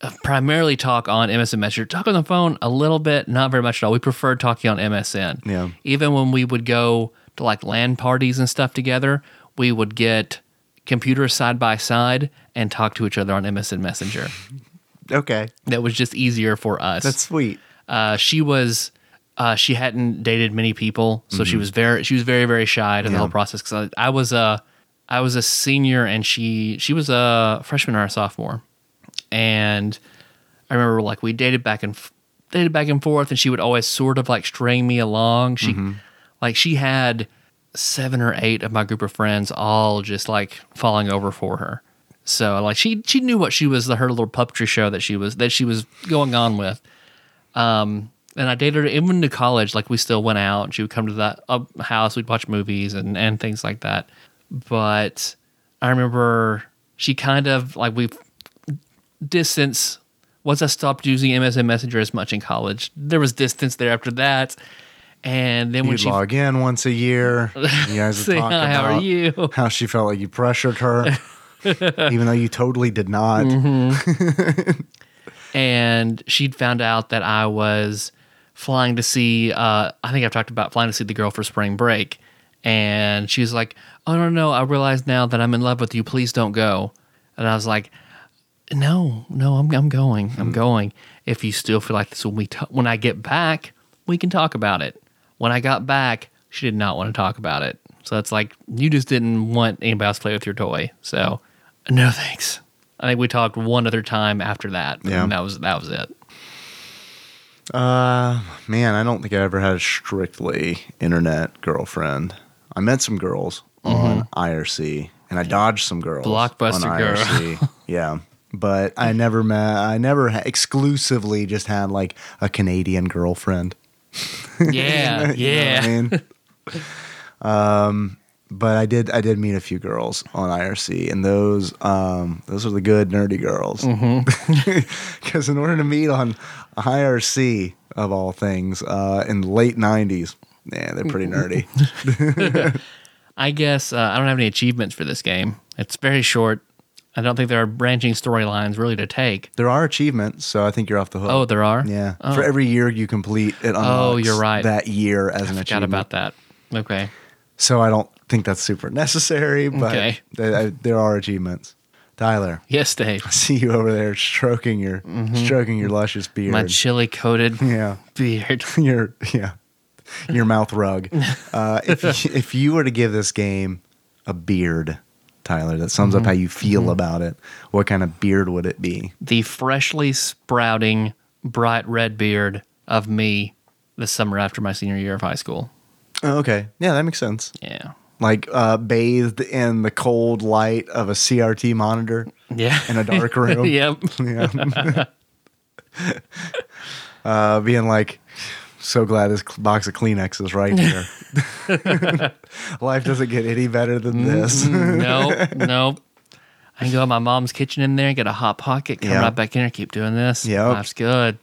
uh, primarily talk on MSN Messenger, talk on the phone a little bit, not very much at all. We preferred talking on MSN.
Yeah.
Even when we would go to like LAN parties and stuff together, we would get computers side by side and talk to each other on MSN Messenger.
Okay.
That was just easier for us
That's sweet.
uh, she was uh, she hadn't dated many people, so she was very she was very very shy to the whole process. Because I, I was a I was a senior and she she was a freshman or a sophomore, and I remember like we dated back and f- dated back and forth, and she would always sort of like string me along. She like she had seven or eight of my group of friends all just like falling over for her. So like she she knew what she was the her little puppetry show that she was that she was going on with and I dated her even to college. Like we still went out. and She would come to the uh, house. We'd watch movies and and things like that. But I remember she kind of like we distance. Once I stopped using MSN Messenger as much in college, there was distance there after that. And then when
You'd
she
log in once a year.
[LAUGHS]
You guys would
Say,
talk
"Hi, how are
about
you?"
how she felt like
[LAUGHS]
you
Mm-hmm.
pressured her, even though you totally did not.
and she'd found out that I was flying to see. Uh, I think I've talked about flying to see the girl for spring break, and she was like, "Oh no, no! I realize now that I'm in love with you. Please don't go." And I was like, "No, no, I'm I'm going.
Hmm.
I'm going. If you still feel like this when we t- when I get back, we can talk about it." When I got back, she did not want to talk about it. So it's like you just didn't want anybody else to play with your toy. So no thanks. I think we talked one other time after that.
Yeah.
And that was that was
[LAUGHS]
it.
Man, I don't think I ever had a strictly internet girlfriend. I met some girls on IRC, and I dodged some girls.
Mm-hmm. Blockbuster
on
girl. [LAUGHS]
IRC. yeah, but I never met. I never ha- exclusively just had like a Canadian girlfriend.
Yeah. yeah.
I mean,
[LAUGHS]
um, but I did. I did meet a few girls on IRC, and those um, those are the good nerdy girls.
Mm-hmm.
[LAUGHS] Because in order to meet on IRC of all things uh, in the late '90s, yeah, they're pretty
[LAUGHS]
nerdy.
I guess uh, I don't have any achievements for this game. It's very short. I don't think there are branching storylines really to take.
there are achievements, so I think you're off the hook.
Oh, there are.
yeah.
Oh,
For every year you complete, it unlocks
you're right.
that year as an
forgot
achievement.
about that. Okay.
So I don't think that's super necessary, but
Okay.
th- I- there are achievements. Tyler,
Yes, Dave.
[LAUGHS] see you over there stroking your stroking your luscious beard.
My chili coated [LAUGHS]
yeah, [LAUGHS]
beard.
your yeah, your mouth [LAUGHS] rug. Uh, if you, if you were to give this game a beard, Tyler, that sums up how you feel about it. What kind of beard would it be?
The freshly sprouting bright red beard of me the summer after my senior year of high school.
Oh, okay, yeah, that makes sense.
Yeah.
Like uh, bathed in the cold light of a CRT monitor
Yeah.
in a [LAUGHS] dark room.
[LAUGHS] yep.
Yeah. [LAUGHS] uh, being like, so glad this cl- box of Kleenex is right here. Life doesn't get any better than this. [LAUGHS]
no, no. I can go in my mom's kitchen in there and get a hot pocket, come
Yeah.
right back in here, keep doing this.
Yep.
Life's good.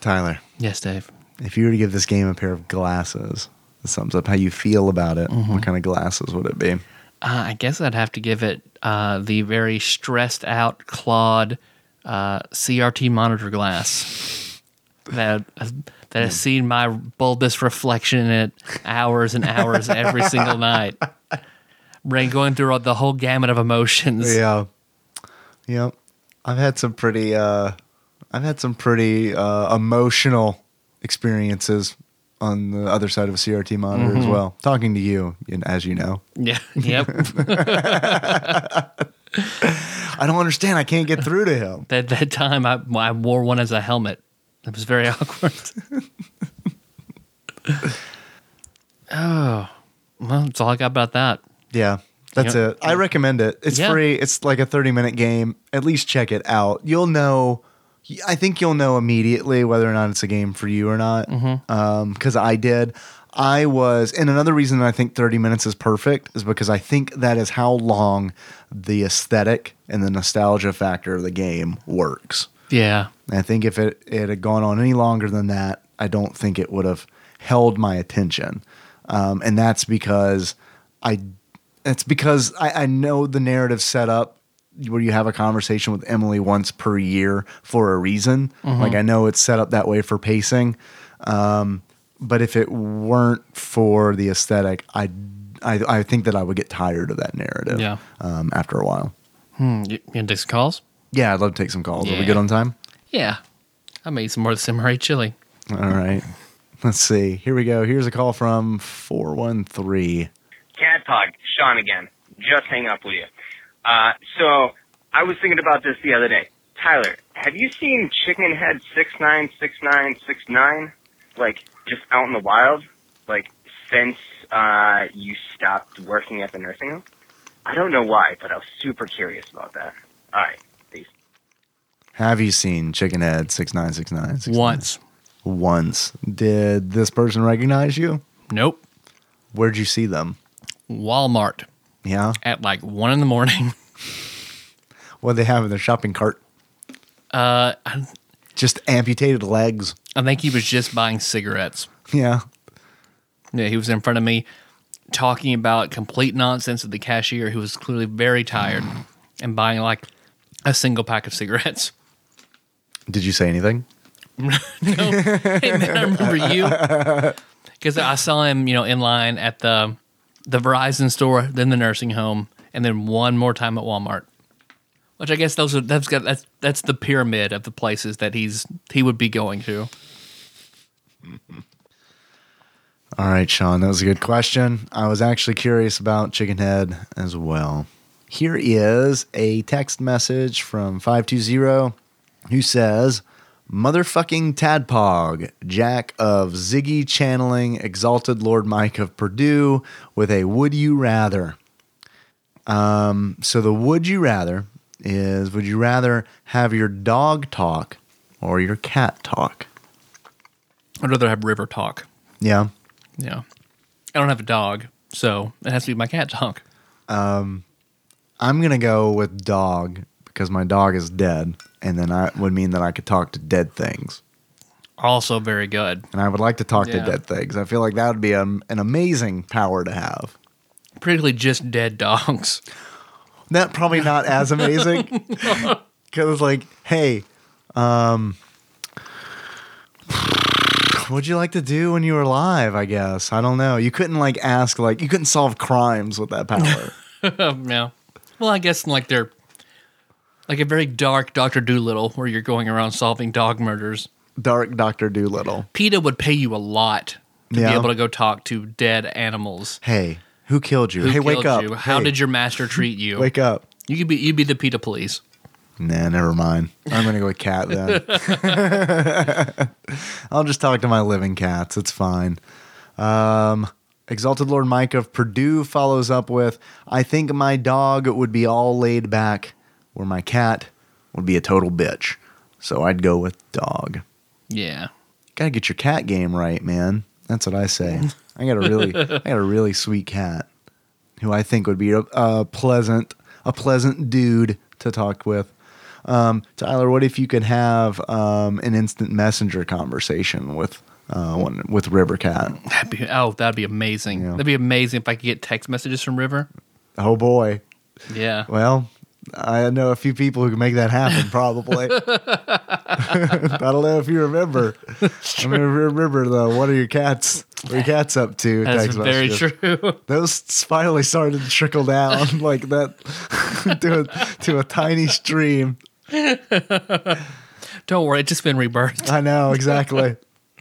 Tyler,
Yes, Dave.
if you were to give this game a pair of glasses, that sums up how you feel about it. What kind of glasses would it be?
Uh, I guess I'd have to give it uh, the very stressed out, clawed uh, CRT monitor glass that uh, that has seen my bulbous reflection in it hours and hours every single night. Brain going through all, the whole gamut of emotions.
Yeah. Yep. I've had some pretty uh I've had some pretty uh emotional experiences on the other side of a CRT monitor as well. Talking to you, and as you know.
[LAUGHS] Yeah. Yep.
I don't understand. I can't get through to him.
that that time I, I wore one as a helmet. It was very [LAUGHS] awkward. oh, well, that's all I got about that.
Yeah. That's
Yeah.
it. I recommend it. It's
Yeah.
free. It's like a 30 minute game. At least check it out. You'll know. I think you'll know immediately whether or not it's a game for you or not. Because
Mm-hmm.
I did. I was, and another reason I think 30 minutes is perfect is because I think that is how long the aesthetic and the nostalgia factor of the game works.
Yeah,
And I think if it, it had gone on any longer than that, I don't think it would have held my attention. Um, and that's because I it's because I, I know the narrative set up where you have a conversation with Emily once per year for a reason.
Mm-hmm.
Like I know it's set up that way for pacing. Um, but if it weren't for the aesthetic, I, I I think that I would get tired of that narrative
Yeah.
um, after a while.
Hmm, you, you gonna take some calls?
Yeah, I'd love to take some calls. Are we
Yeah.
good on time?
Yeah, I made some more of the samurai chili.
All right. Let's see. Here we go. Here's a call from 413.
Cat Pod, Sean again. Just hang up with you. Uh, so I was thinking about this the other day. Tyler, have you seen Chicken Head six nine six nine six nine? Like just out in the wild? Like since uh, you stopped working at the nursing home? I don't know why, but I was super curious about that. All right, peace.
Have you seen Chickenhead 6969?
Once,
Once. Did this person recognize you?
nope.
Where'd you see them?
Walmart
Yeah.
at like one in the morning. [LAUGHS]
What'd they have in their shopping cart?
Uh, I,
Just amputated legs.
I think he was just buying cigarettes.
Yeah.
Yeah, he was in front of me talking about complete nonsense with the cashier who was clearly very tired and buying like a single pack of cigarettes.
Did you say anything?
hey man, [LAUGHS] I remember you because I saw him, you know, in line at the the Verizon store, then the nursing home, and then one more time at Walmart. Which I guess those are that's got that's that's the pyramid of the places that he's he would be going to.
All right, Sean, that was a good question. I was actually curious about chicken head as well. Here is a text message from 520 who says, Motherfucking Tadpog, Jack of Ziggy channeling Exalted Lord Mike of Purdue with a Would You Rather. Um, so the Would You Rather is Would you rather have your dog talk or your cat talk?
I'd rather have river talk.
Yeah.
Yeah, I don't have a dog, so it has to be my cat talk.
I'm gonna go with dog because my dog is dead, and then I would mean that I could talk to dead things,
Also very good.
and I would like to talk
Yeah.
to dead things. I feel like that would be um an amazing power to have.
Particularly just dead dogs. [LAUGHS]
That probably not as amazing because like, hey, um, what'd you like to do when you were alive? I guess I don't know. You couldn't like ask like you couldn't solve crimes with
[LAUGHS]
that power.
Oh, yeah. Well, I guess like they're like a very dark Doctor Doolittle, where you're going around solving dog murders.
Dark Doctor Doolittle.
PETA would pay you a lot to
Yeah.
be able to go talk to dead animals.
Hey, who killed you?
Who
hey, wake
killed
up.
you? How
Hey,
did your
[LAUGHS]
master treat you?
wake up?
You could be you'd be the PETA police.
Nah, never mind. I'm gonna go with cat then. [LAUGHS] I'll just talk to my living cats. It's fine. Um, Exalted Lord Mike of Purdue follows up with, "I think my dog would be all laid back, where my cat would be a total bitch. So I'd go with dog.
Yeah.
Gotta get your cat game right, man. That's what I say. I got a really, I got a really sweet cat, who I think would be a, a pleasant, a pleasant dude to talk with." um, Tyler, what if you could have um, an instant messenger conversation with uh, one with Rivercat?
That'd be, oh, that'd be amazing.
Yeah.
That'd be amazing if I could get text messages from River.
Oh boy!
Yeah.
Well, I know a few people who can make that happen. Probably. [LAUGHS] I don't know if you remember. I mean, remember though. What are your cats? What are your cats up to?
That's
Text
very
messages.
true. [LAUGHS]
Those finally started to trickle down [LAUGHS] like that to a, to a tiny stream.
Don't worry, it's just been rebirthed.
I know exactly.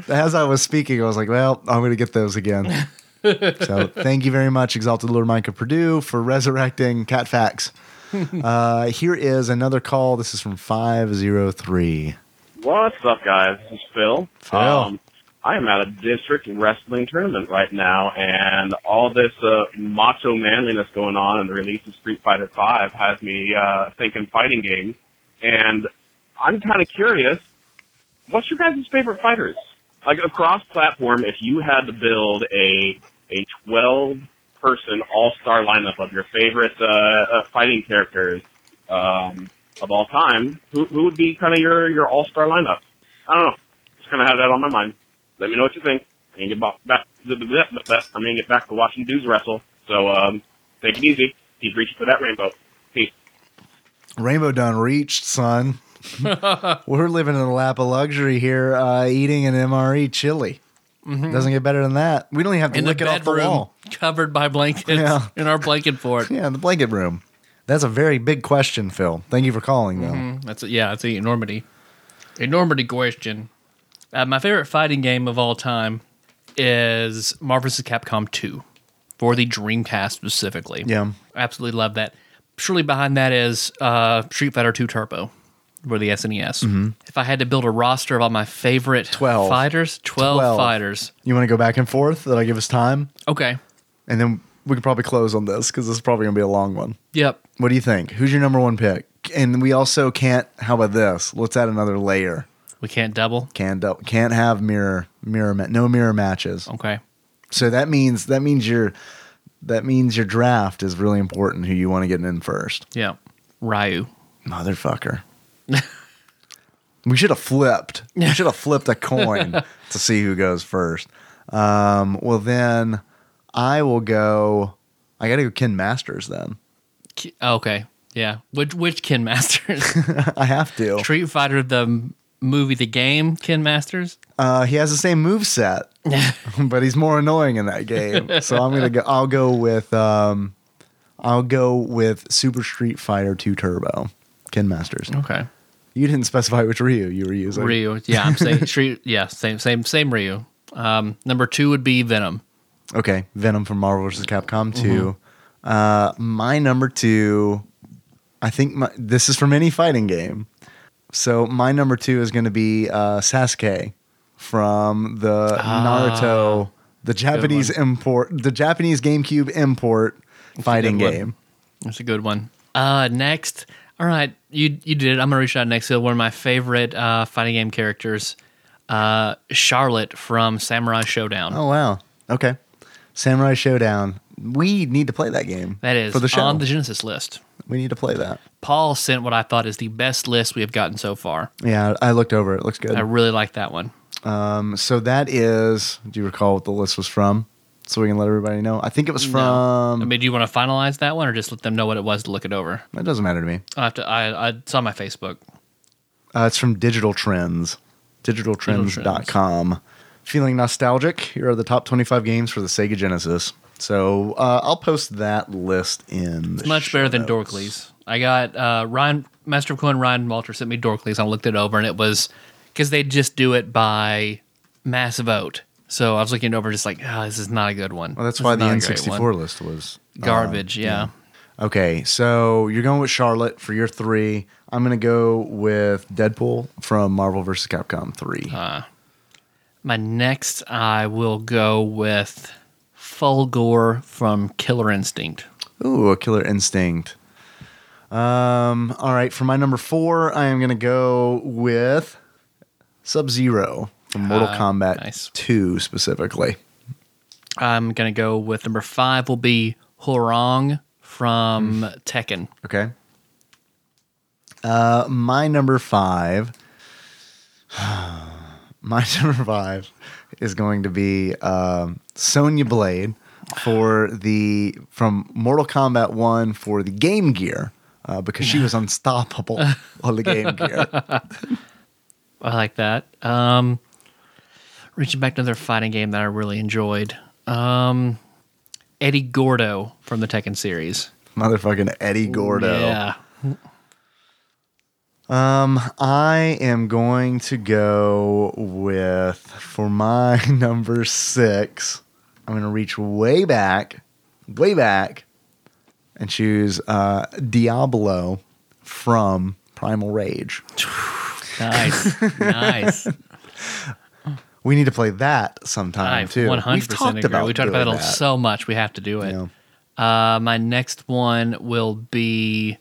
As I was speaking, I was like, "Well, I'm going to get those [LAUGHS] again." so, thank you very much, Exalted Lord Micah Purdue, for resurrecting Cat [LAUGHS] Facts. Uh, here is another call. This is from five zero three.
What's up, guys? This is Phil. Um,
Phil.
I am at a district wrestling tournament right now, and all this uh, macho manliness going on and the release of Street Fighter Five has me uh, thinking fighting games. And I'm kind of curious, what's your guys' favorite fighters? Like across platform, if you had to build a a 12 person all star lineup of your favorite uh, uh, fighting characters, um, of all time, who, who would be kind of your, your all star lineup? I don't know. Just kind of have that on my mind. Let me know what you think. I mean, get back, back, I mean, get back to watching dudes wrestle. So um, take it easy. Keep reaching for that rainbow. Peace.
Rainbow done reached, [LAUGHS] son. We're living in the lap of luxury here, uh, eating an MRE chili. Doesn't get better than that. Mm-hmm. We don't even have to
In the
lick it off the
bedroom,
wall.
covered by blankets
Yeah.
in our blanket fort.
Yeah, the blanket room. That's a very big question, Phil. Thank you for calling, though.
That's a, yeah, it's an enormity, enormity question. Uh, my favorite fighting game of all time is Marvel vs. Capcom 2 for the Dreamcast specifically.
Yeah.
absolutely love that. Surely behind that is uh, Street Fighter 2 Turbo for the SNES. If I had to build a roster of all my favorite
12.
fighters, 12,
12.
fighters.
You want to go back and forth? That I give us time.
Okay.
and then we could probably close on this because this is probably gonna be a long one.
Yep.
What do you think? Who's your number one pick? And we also can't. How about this? Let's add another layer.
We can't double.
Can't dou- can't have mirror mirror ma- no mirror matches.
Okay.
So that means that means your that means your draft is really important. Who you want to get in first,
Yeah. Ryu.
motherfucker. [LAUGHS] we should have flipped. We should have flipped a coin to see who goes first. Um, well then, I will go. I got to go Ken Masters then. [LAUGHS]
K- Okay. Yeah. Which which Ken Masters?
I have to.
Street Fighter the movie The Game, Ken Masters?
Uh, he has the same move set, [LAUGHS] but he's more annoying in that game. So I'm gonna go. I'll go with um, I'll go with Super Street Fighter 2 Turbo. Ken Masters.
Okay.
You didn't specify which Ryu you were using.
Oh. Ryu. Yeah, I'm saying Shri- yeah, same same same Ryu. Um, number 2 would be Venom.
Okay, Venom from Marvel vs. Capcom 2.
Mm-hmm.
Uh, my number two, I think my, this is from any fighting game. So my number two is going to be uh, Sasuke from the
Ah,
Naruto, the Japanese import, the Japanese GameCube import fighting
one.
game.
That's a good one. Uh, next. All right, you you did it. I'm gonna reach out next to one of my favorite uh, fighting game characters, uh, Charlotte from Samurai Showdown.
Oh wow. Okay. Samurai Showdown. We need to play that game.
that is
for the show.
on the Genesis list.
we need to play that.
Paul sent what I thought is the best list we have gotten so far.
Yeah, I looked over. It looks good.
I really like that one.
Um, so that is. Do you recall what the list was from? So we can let everybody know. I think it was from.
I mean, do you want to finalize that one, or just let them know what it was to look it over?
That doesn't matter to me.
I have to. I, I saw my Facebook.
Uh, it's from Digital Trends, digitaltrends.com. Feeling nostalgic? Here are the top 25 games for the Sega Genesis. So uh, I'll post that list in. the
Much better than
show notes.
Dorkley's. I got uh, Ryan Master of Coin Ryan Walter sent me Dorkley's. I looked it over, and it was because they just do it by mass vote. So I was looking it over, just like, oh, this is not a good one.
Well, that's
This
why
is
the
not a great one."
N64 list was uh,
garbage. yeah.
Okay, so you're going with Charlotte for your three. I'm going to go with Deadpool from Marvel vs. Capcom 3.
My next, I will go with Fulgore from Killer Instinct.
Ooh, a killer instinct. Um, all right, for my number four, I am gonna go with Sub Zero from Mortal Kombat
nice.
2 specifically.
I'm gonna go with number five. Will be Horong
Hmm.
from Tekken.
Okay. Uh, my number five. [SIGHS] My [LAUGHS] number five is going to be um, Sonya Blade for the from Mortal Kombat One for the Game Gear uh, because she was unstoppable on the Game Gear.
I like that. Um, reaching back to another fighting game that I really enjoyed. Um, Eddie Gordo from the Tekken series.
Motherfucking Eddie Gordo.
Yeah.
Um, I am going to go with for my [LAUGHS] number six. I'm gonna reach way back, way back, and choose uh, Diablo from Primal Rage. [LAUGHS]
Nice. nice.
We need to play that
I
sometime too.
100%
We've talked
agree.
about
we talked about
doing
it so much. We have to do it.
Yeah.
Uh, my next one will be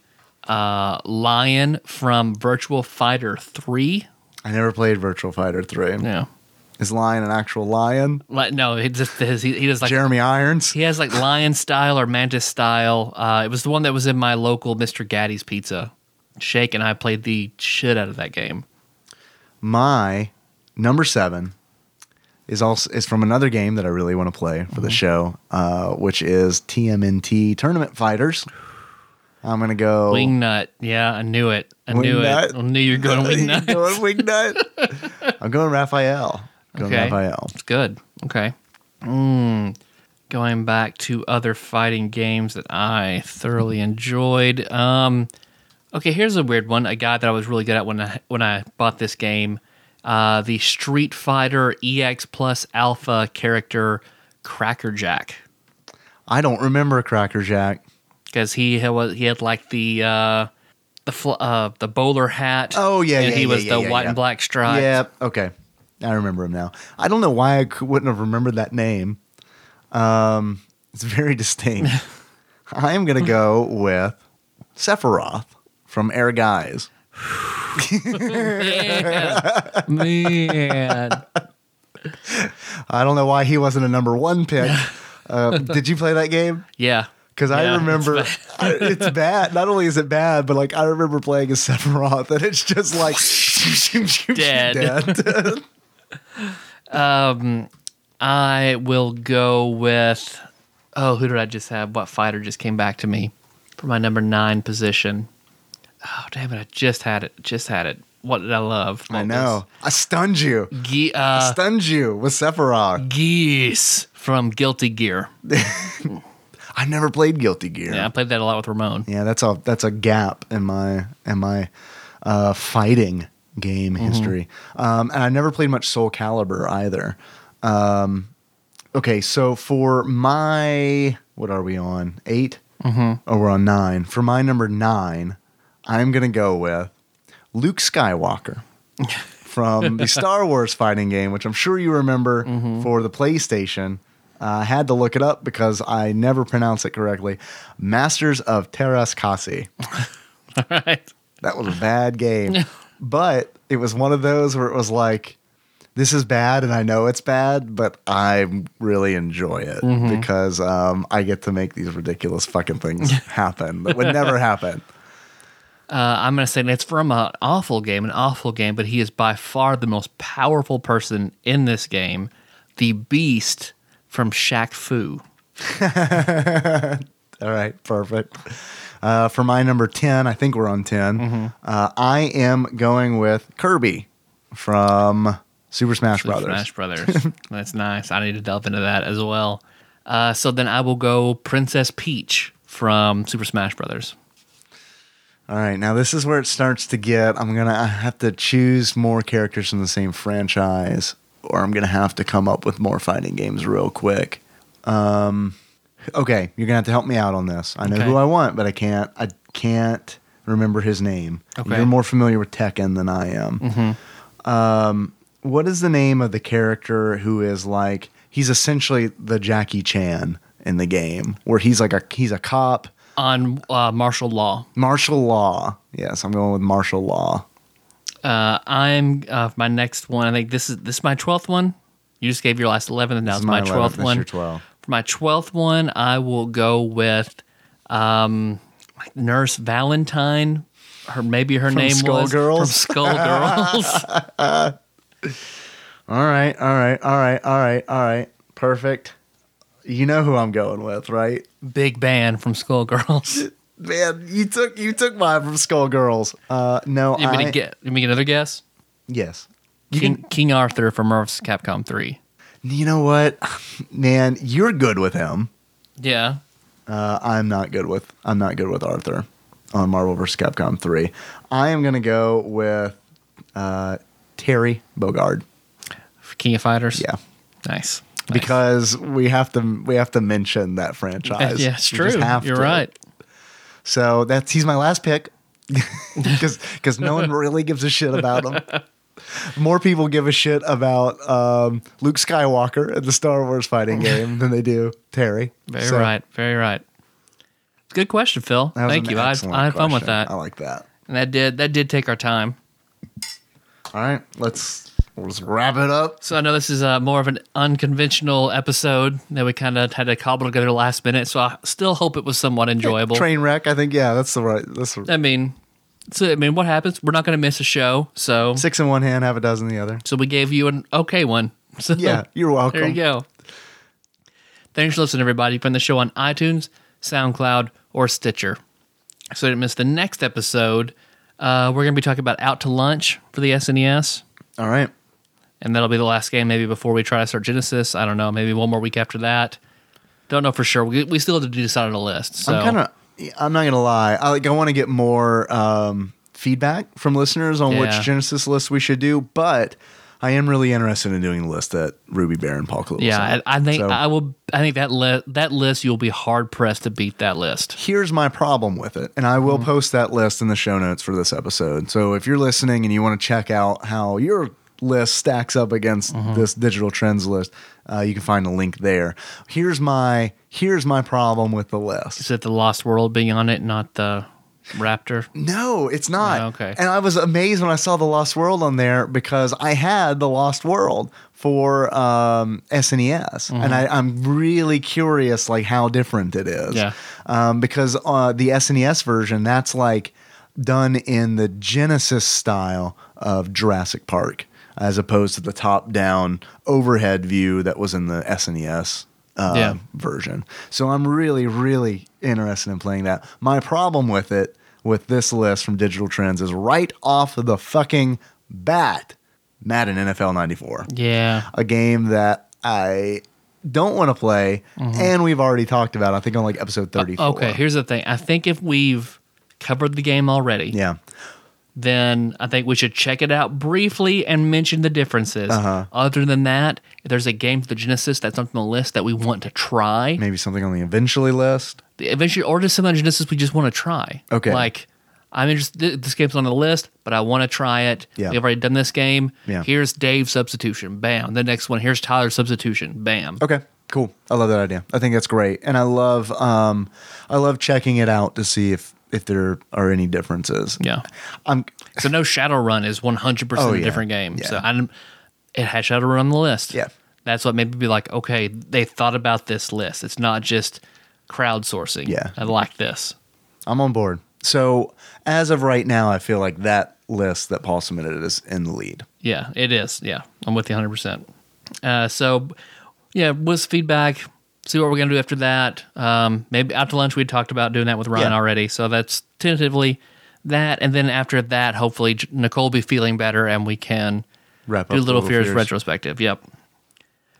uh, Lion from Virtual Fighter 3.
I never played Virtual Fighter Three.
No.
Is Lion an actual lion?
Like, no, he just his, he, he does like
Jeremy Irons.
He has like lion style or mantis style. Uh, it was the one that was in my local Mr. Gaddy's Pizza. Shake and I played the shit out of that game.
my number seven is also is from another game that I really want to play
Mm-hmm.
for the show, uh, which is TMNT Tournament Fighters. I'm gonna go [LAUGHS]
Wingnut. Yeah, I knew it. I knew
Oh. Wingnut?
it. I knew you were going
[LAUGHS] I'm
Wingnut.
going Wingnut. I'm going Raphael. I'm going
Okay.
Raphael.
It's good. Okay. Mm. Going back to other fighting games that I thoroughly enjoyed. Um, okay, here's a weird one. A guy that I was really good at when I when I bought this game, uh, the Street Fighter EX Plus Alpha character Crackerjack,
I don't remember Cracker Jack.
because he had, was he had like the uh, the fl- uh, the bowler hat.
Oh, yeah,
and
yeah,
he
yeah,
was
yeah,
the
yeah,
white
yeah.
and black stripe.
Yeah. Okay. I remember him now. I don't know why I c- wouldn't have remembered that name. Um, it's
[LAUGHS]
very distinct. I am going to go with Sephiroth from Air Guys.
[LAUGHS] man.
I don't know why he wasn't a number one pick. Uh, did you play that game?
yeah.
Because I
Yeah,
remember [LAUGHS]
it's
it's bad. Not only is it bad, but like I remember playing as Sephiroth, and it's
[LAUGHS]
just like
Dead. [LAUGHS]
dead.
I will go with. Oh, who did I just have? What fighter just came back to me for my number nine position? Oh, damn it! I just had it. Just had it. what did I love?
I
What
know. I stunned you.
was- Ge- uh,
stunned you with Sephiroth.
geese from Guilty Gear.
I never played Guilty Gear.
Yeah, I played that a lot with Ramon.
Yeah, that's a that's a gap in my in my uh, fighting game history, um, and I never played much Soul Calibur either. Um, okay, so for my what are we on 8 Mm-hmm. Oh, we're on nine. For my number nine, I'm gonna go with Luke Skywalker from
[LAUGHS]
the Star Wars fighting game, which I'm sure you remember
Mm-hmm.
for the PlayStation. Uh, I had to look it up because I never pronounced it correctly. Masters of Terras Kasi.
[LAUGHS] All right.
That was a
[LAUGHS]
bad game. but it was one of those where it was like, this is bad and I know it's bad, but I really enjoy it
Mm-hmm.
because um, I get to make these ridiculous fucking
[LAUGHS]
things happen that would never happen.
Uh, I'm going to say it's from an awful game, an awful game, but he is by far the most powerful person in this game, the Beast from Shaq Fu.
All right, perfect. Uh, for my number 10, I think we're on 10. Uh, I am going with Kirby from Super Smash
Super
Brothers.
Smash Brothers. [LAUGHS] That's nice. I need to delve into that as well. Uh, so then I will go Princess Peach from Super Smash Brothers.
All right, now this is where it starts to get. I'm going to have to choose more characters from the same franchise, or I'm going to have to come up with more fighting games real quick. Um, okay, you're going to have to help me out on this. I know
Okay.
who I want, but I can't. I can't remember his name.
Okay. Mm-hmm.
You're more familiar with Tekken than I am. Um, what is the name of the character who is like he's essentially the Jackie Chan in the game, where he's like a he's a cop.
On uh, martial law,
Martial law. Yes, I'm going with martial law.
uh, I'm uh, my next one. I think this is this is my twelfth one. You just gave your last eleventh, and now it's my
11th,
twelfth
that's
one.
your 12.
For my twelfth one, I will go with um, Nurse Valentine. Her maybe her name was
Skullgirls?
from [LAUGHS] Skullgirls.
All right, all right, all right, all right, all right. Perfect. You know who I'm going with, right?
Big Band from [LAUGHS] Skullgirls.
Man, you took you took mine from Skullgirls. Uh, no,
You want me
I
to get? You want me to get another guess?
yes.
King, King Arthur from Marvel's Capcom 3.
You know what, [LAUGHS] man? You're good with him.
Yeah.
Uh, I'm not good with I'm not good with Arthur on Marvel vs. Capcom 3. I am gonna go with uh, Terry Bogard.
King of Fighters.
Yeah.
Nice. Nice.
Because we have to we have to mention that franchise.
[LAUGHS] yeah, it's
We
true.
just have
You're
to.
right.
So that's he's my
[LAUGHS]
last pick because no one really gives a shit about
[LAUGHS]
him. More people give a shit about um, Luke Skywalker in the Star
[LAUGHS]
Wars fighting game than they do Terry.
Very
So
right. Very right. Good question, Phil.
that was
Thank
an
you. I,
excellent
I had fun with
question.
that.
I like that.
And that did that did take our time.
All right, let's let's wrap it up.
So I know this is uh, more of an unconventional episode that we kind of had to cobble together last minute. So I still hope it was somewhat enjoyable.
Train wreck. I think yeah, that's the right. That's the,
I mean, so I mean, what happens? We're not going to miss a show. So
six in one hand, half a dozen in the other.
so we gave you an okay one. [LAUGHS] So
Yeah, you're welcome.
There you go. Thanks for listening, everybody. You can find the show on iTunes, SoundCloud, or Stitcher. So you didn't miss the next episode. Uh, we're going to be talking about Out to Lunch for the SNES,
All right.
and that'll be the last game maybe before we try to start Genesis. I don't know, maybe one more week after that. Don't know for sure. We, we still have to decide on a list. So
I'm kind of. I'm not gonna lie. I like. I want to get more um, feedback from listeners on
Yeah.
which Genesis list we should do, but I am really interested in doing the list that Ruby Bear and Paul Clue.
yeah, I, I think
So-
I will. I think that li- that list you'll be hard pressed to beat that list.
Here's my problem with it, and I will
Mm-hmm.
post that list in the show notes for this episode. So if you're listening and you want to check out how your list stacks up against
Mm-hmm.
this digital trends list, uh, you can find a link there. Here's my here's my problem with the list.
Is it the Lost World being on it, not the Raptor?
No, it's not.
Oh, okay.
And I was amazed when I saw the Lost World on there because I had the Lost World for um, SNES, and
Mm-hmm.
I, I'm really curious like how different it is.
Yeah.
Um, because uh, the SNES version, that's like done in the Genesis style of Jurassic Park, as opposed to the top-down overhead view that was in the SNES uh,
Yeah.
version. So I'm really, really interested in playing that. My problem with it with this list from Digital Trends is right off the fucking bat Madden NFL 94,
Yeah.
a game that I don't want to play, and we've already talked about, I think, on like episode
Mm-hmm.
34.
Uh, Okay, here's the thing. I think if we've covered the game already,
Yeah.
then I think we should check it out briefly and mention the differences.
Uh-huh.
Other than that, if there's a game for the Genesis that's on the list that we want to try,
Maybe something on the eventually list.
eventually, or just some on the Genesis we just want to try.
Okay.
Like, I'm interested, th- this game's on the list, but I want to try it.
Yeah.
We've already done this game.
Yeah.
Here's Dave's substitution. Bam. The next one, here's Tyler's substitution. Bam.
Okay, cool. I love that idea. I think that's great, and I love um, I love checking it out to see if if there are any differences.
Yeah.
I'm
So no Shadowrun is 100%
Oh,
a
yeah.
different game. So
Yeah.
I didn't, it had Shadowrun on the list.
Yeah.
That's what made me be like, okay, they thought about this list. It's not just crowdsourcing.
Yeah.
I like this.
I'm on board. So as of right now, I feel like that list that Paul submitted is in the lead.
Yeah, it is. Yeah. I'm with you 100%. Uh, so yeah, was feedback. See what we're going to do after that. Um, maybe out to lunch, we talked about doing that with Ryan
Yeah.
already. So that's tentatively that. And then after that, hopefully J- Nicole will be feeling better and we can
Wrap
Do Little, Fears,
Fears.
retrospective. Yep.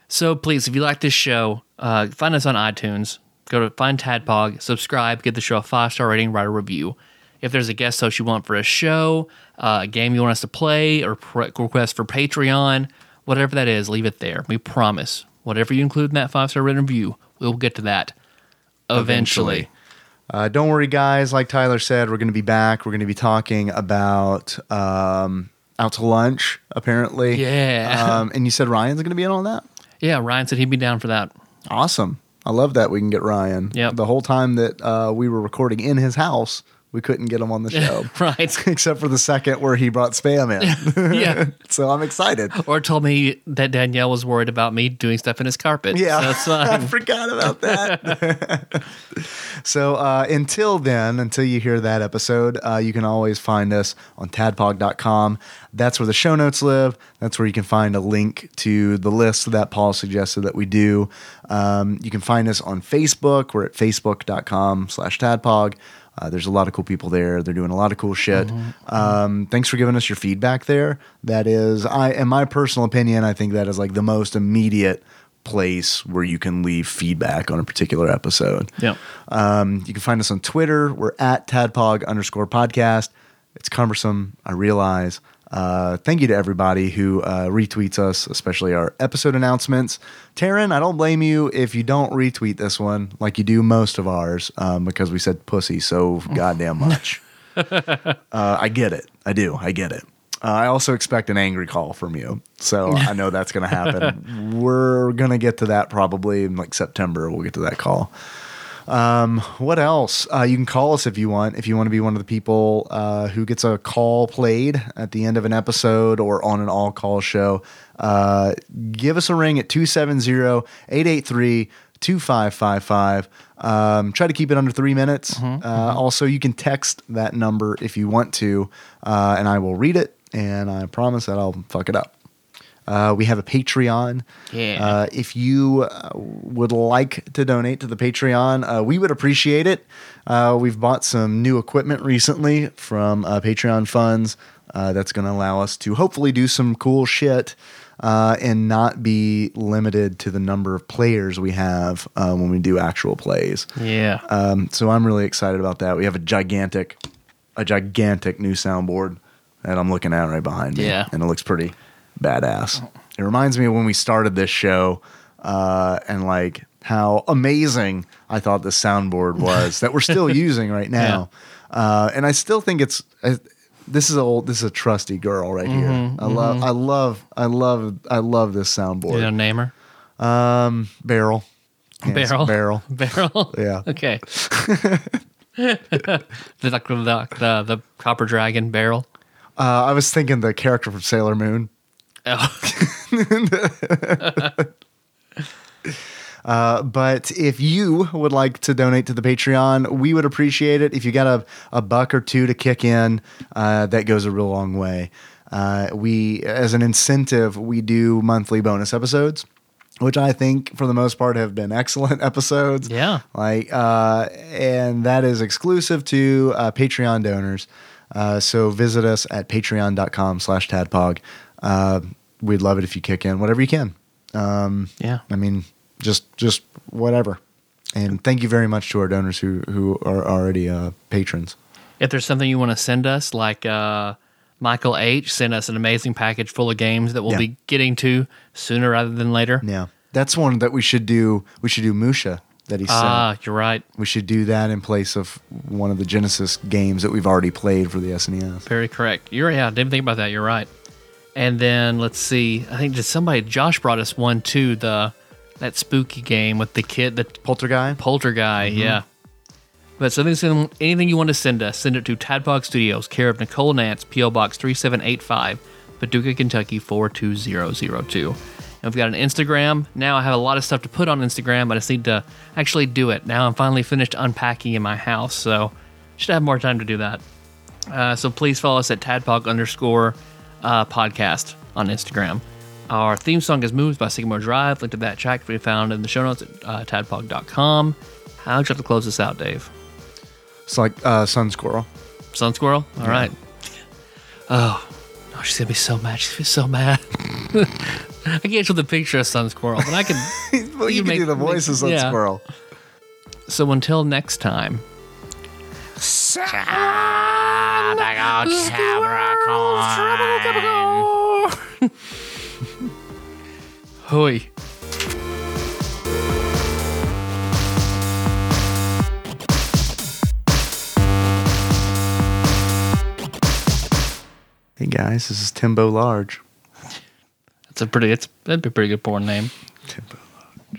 So please, if you like this show, uh, find us on iTunes. Go to find Tadpog, subscribe, give the show a five star rating, write a review. If there's a guest host you want for a show, uh, a game you want us to play, or pre- request for Patreon, whatever that is, leave it there. We promise. Whatever you include in that five star rating review, we'll get to that eventually.
Eventually. Uh, don't worry, guys. Like Tyler said, we're going to be back. We're going to be talking about um, out to lunch, apparently.
Yeah. [LAUGHS]
Um, and you said Ryan's going to be in on that.
yeah, Ryan said he'd be down for that.
Awesome. I love that we can get Ryan.
Yep.
The whole time that uh, we were recording in his house, we couldn't get him on the
Oh.
show. [LAUGHS]
[LAUGHS] right.
Except for the second where he brought spam in.
[LAUGHS] yeah.
[LAUGHS] so I'm excited.
Or told me that Danielle was worried about me doing stuff in his carpet.
Yeah.
So it's
I
[LAUGHS] fine.
forgot
[LAUGHS]
about that. so uh, until then, until you hear that episode, uh, you can always find us on tadpog.com. That's where the show notes live. That's where you can find a link to the list that Paul suggested that we do. Um, you can find us on Facebook. We're at facebook.com slash tadpog. Uh, there's a lot of cool people there. They're doing a lot of cool shit. Um, thanks for giving us your feedback there. That is, I, in my personal opinion, I think that is like the most immediate place where you can leave feedback on a particular episode.
yeah.
Um, you can find us on Twitter. We're at tadpog underscore podcast. It's cumbersome, I realize. Uh, thank you to everybody who uh, retweets us, especially our episode announcements. Taryn, I don't blame you if you don't retweet this one like you do most of ours um, because we said pussy so goddamn much. uh, I get it. I do. I get it. Uh, I also expect an angry call from you. So I know that's going to happen. We're going to get to that probably in like September. We'll get to that call what else? Uh, you can call us if you want. If you want to be one of the people uh, who gets a call played at the end of an episode or on an all call show, uh, give us a ring at 270 883 2555. Um, try to keep it under three minutes. uh, Also, you can text that number if you want to, uh, and I will read it, and I promise that I'll fuck it up. Uh, we have a Patreon.
Yeah.
Uh, if you uh, would like to donate to the Patreon, uh, we would appreciate it. Uh, we've bought some new equipment recently from uh, Patreon funds. Uh, that's going to allow us to hopefully do some cool shit uh, and not be limited to the number of players we have uh, when we do actual plays.
Yeah.
Um, so I'm really excited about that. We have a gigantic, a gigantic new soundboard that I'm looking at right behind me.
Yeah.
And it looks pretty badass. It reminds me of when we started this show uh, and like how amazing I thought this soundboard was that we're still using right now. Uh, and I still think it's, I, this is a old, this is a trusty girl right here. I love, I love, I love, I love this
you know,
soundboard.
name her.
Barrel. Yes,
Barrel.
[LAUGHS] Barrel.
Barrel.
Yeah.
[LAUGHS]
[LAUGHS]
Okay. the, like, the, the the copper dragon barrel.
Uh, I was thinking the character from Sailor Moon.
Oh,
[LAUGHS] But if you would like to donate to the Patreon, we would appreciate it. If you got a, a buck or two to kick in, uh, that goes a real long way. Uh, we, as an incentive, we do monthly bonus episodes. which I think for the most part have been excellent [LAUGHS] episodes.
Yeah.
Like, uh, and that is exclusive to uh, Patreon donors. Uh, so visit us at patreon.com slash tadpog. Uh, we'd love it if you kick in whatever you can.
Yeah.
I mean, just just whatever. And thank you very much to our donors who who are already uh, patrons.
If there's something you want to send us, like uh, Michael H. sent us an amazing package full of games that we'll
Yeah.
be getting to sooner rather than later.
Yeah, that's one that we should do. We should do Musha that he sent.
Ah, you're right.
we should do that in place of one of the Genesis games that we've already played for the E SNES.
Very correct. You're yeah. I didn't think about that. You're right. And then let's see. I think did somebody Josh brought us one too. The that spooky game with the kid, the
Poltergeist.
Polterguy, yeah. But so this is anything you want to send us, send it to Tadpog Studios, care of Nicole Nance, P.O. Box 3785, Paducah, Kentucky 42002. And we've got an Instagram. Now I have a lot of stuff to put on Instagram, but I just need to actually do it. Now I'm finally finished unpacking in my house, so should have more time to do that. Uh, so please follow us at Tadpog underscore uh, podcast on Instagram. Our theme song is Moves by Sycamore Drive. Link to that track can be found in the show notes at uh, tadpog.com. How would you like to close this out, Dave?
It's like uh, Sun Squirrel.
Sun Squirrel? All right. Oh, no, she's going to be so mad. She's going to be so mad. [LAUGHS] I can't show the picture of Sun Squirrel, but I can.
well, you,
You
can
make-
do the
make-
voice of Sun
yeah.
Squirrel.
so until next time. Hoi.
Hey guys, this is Timbo Large.
That's a pretty, it's, that'd be a pretty good porn name.
Timbo.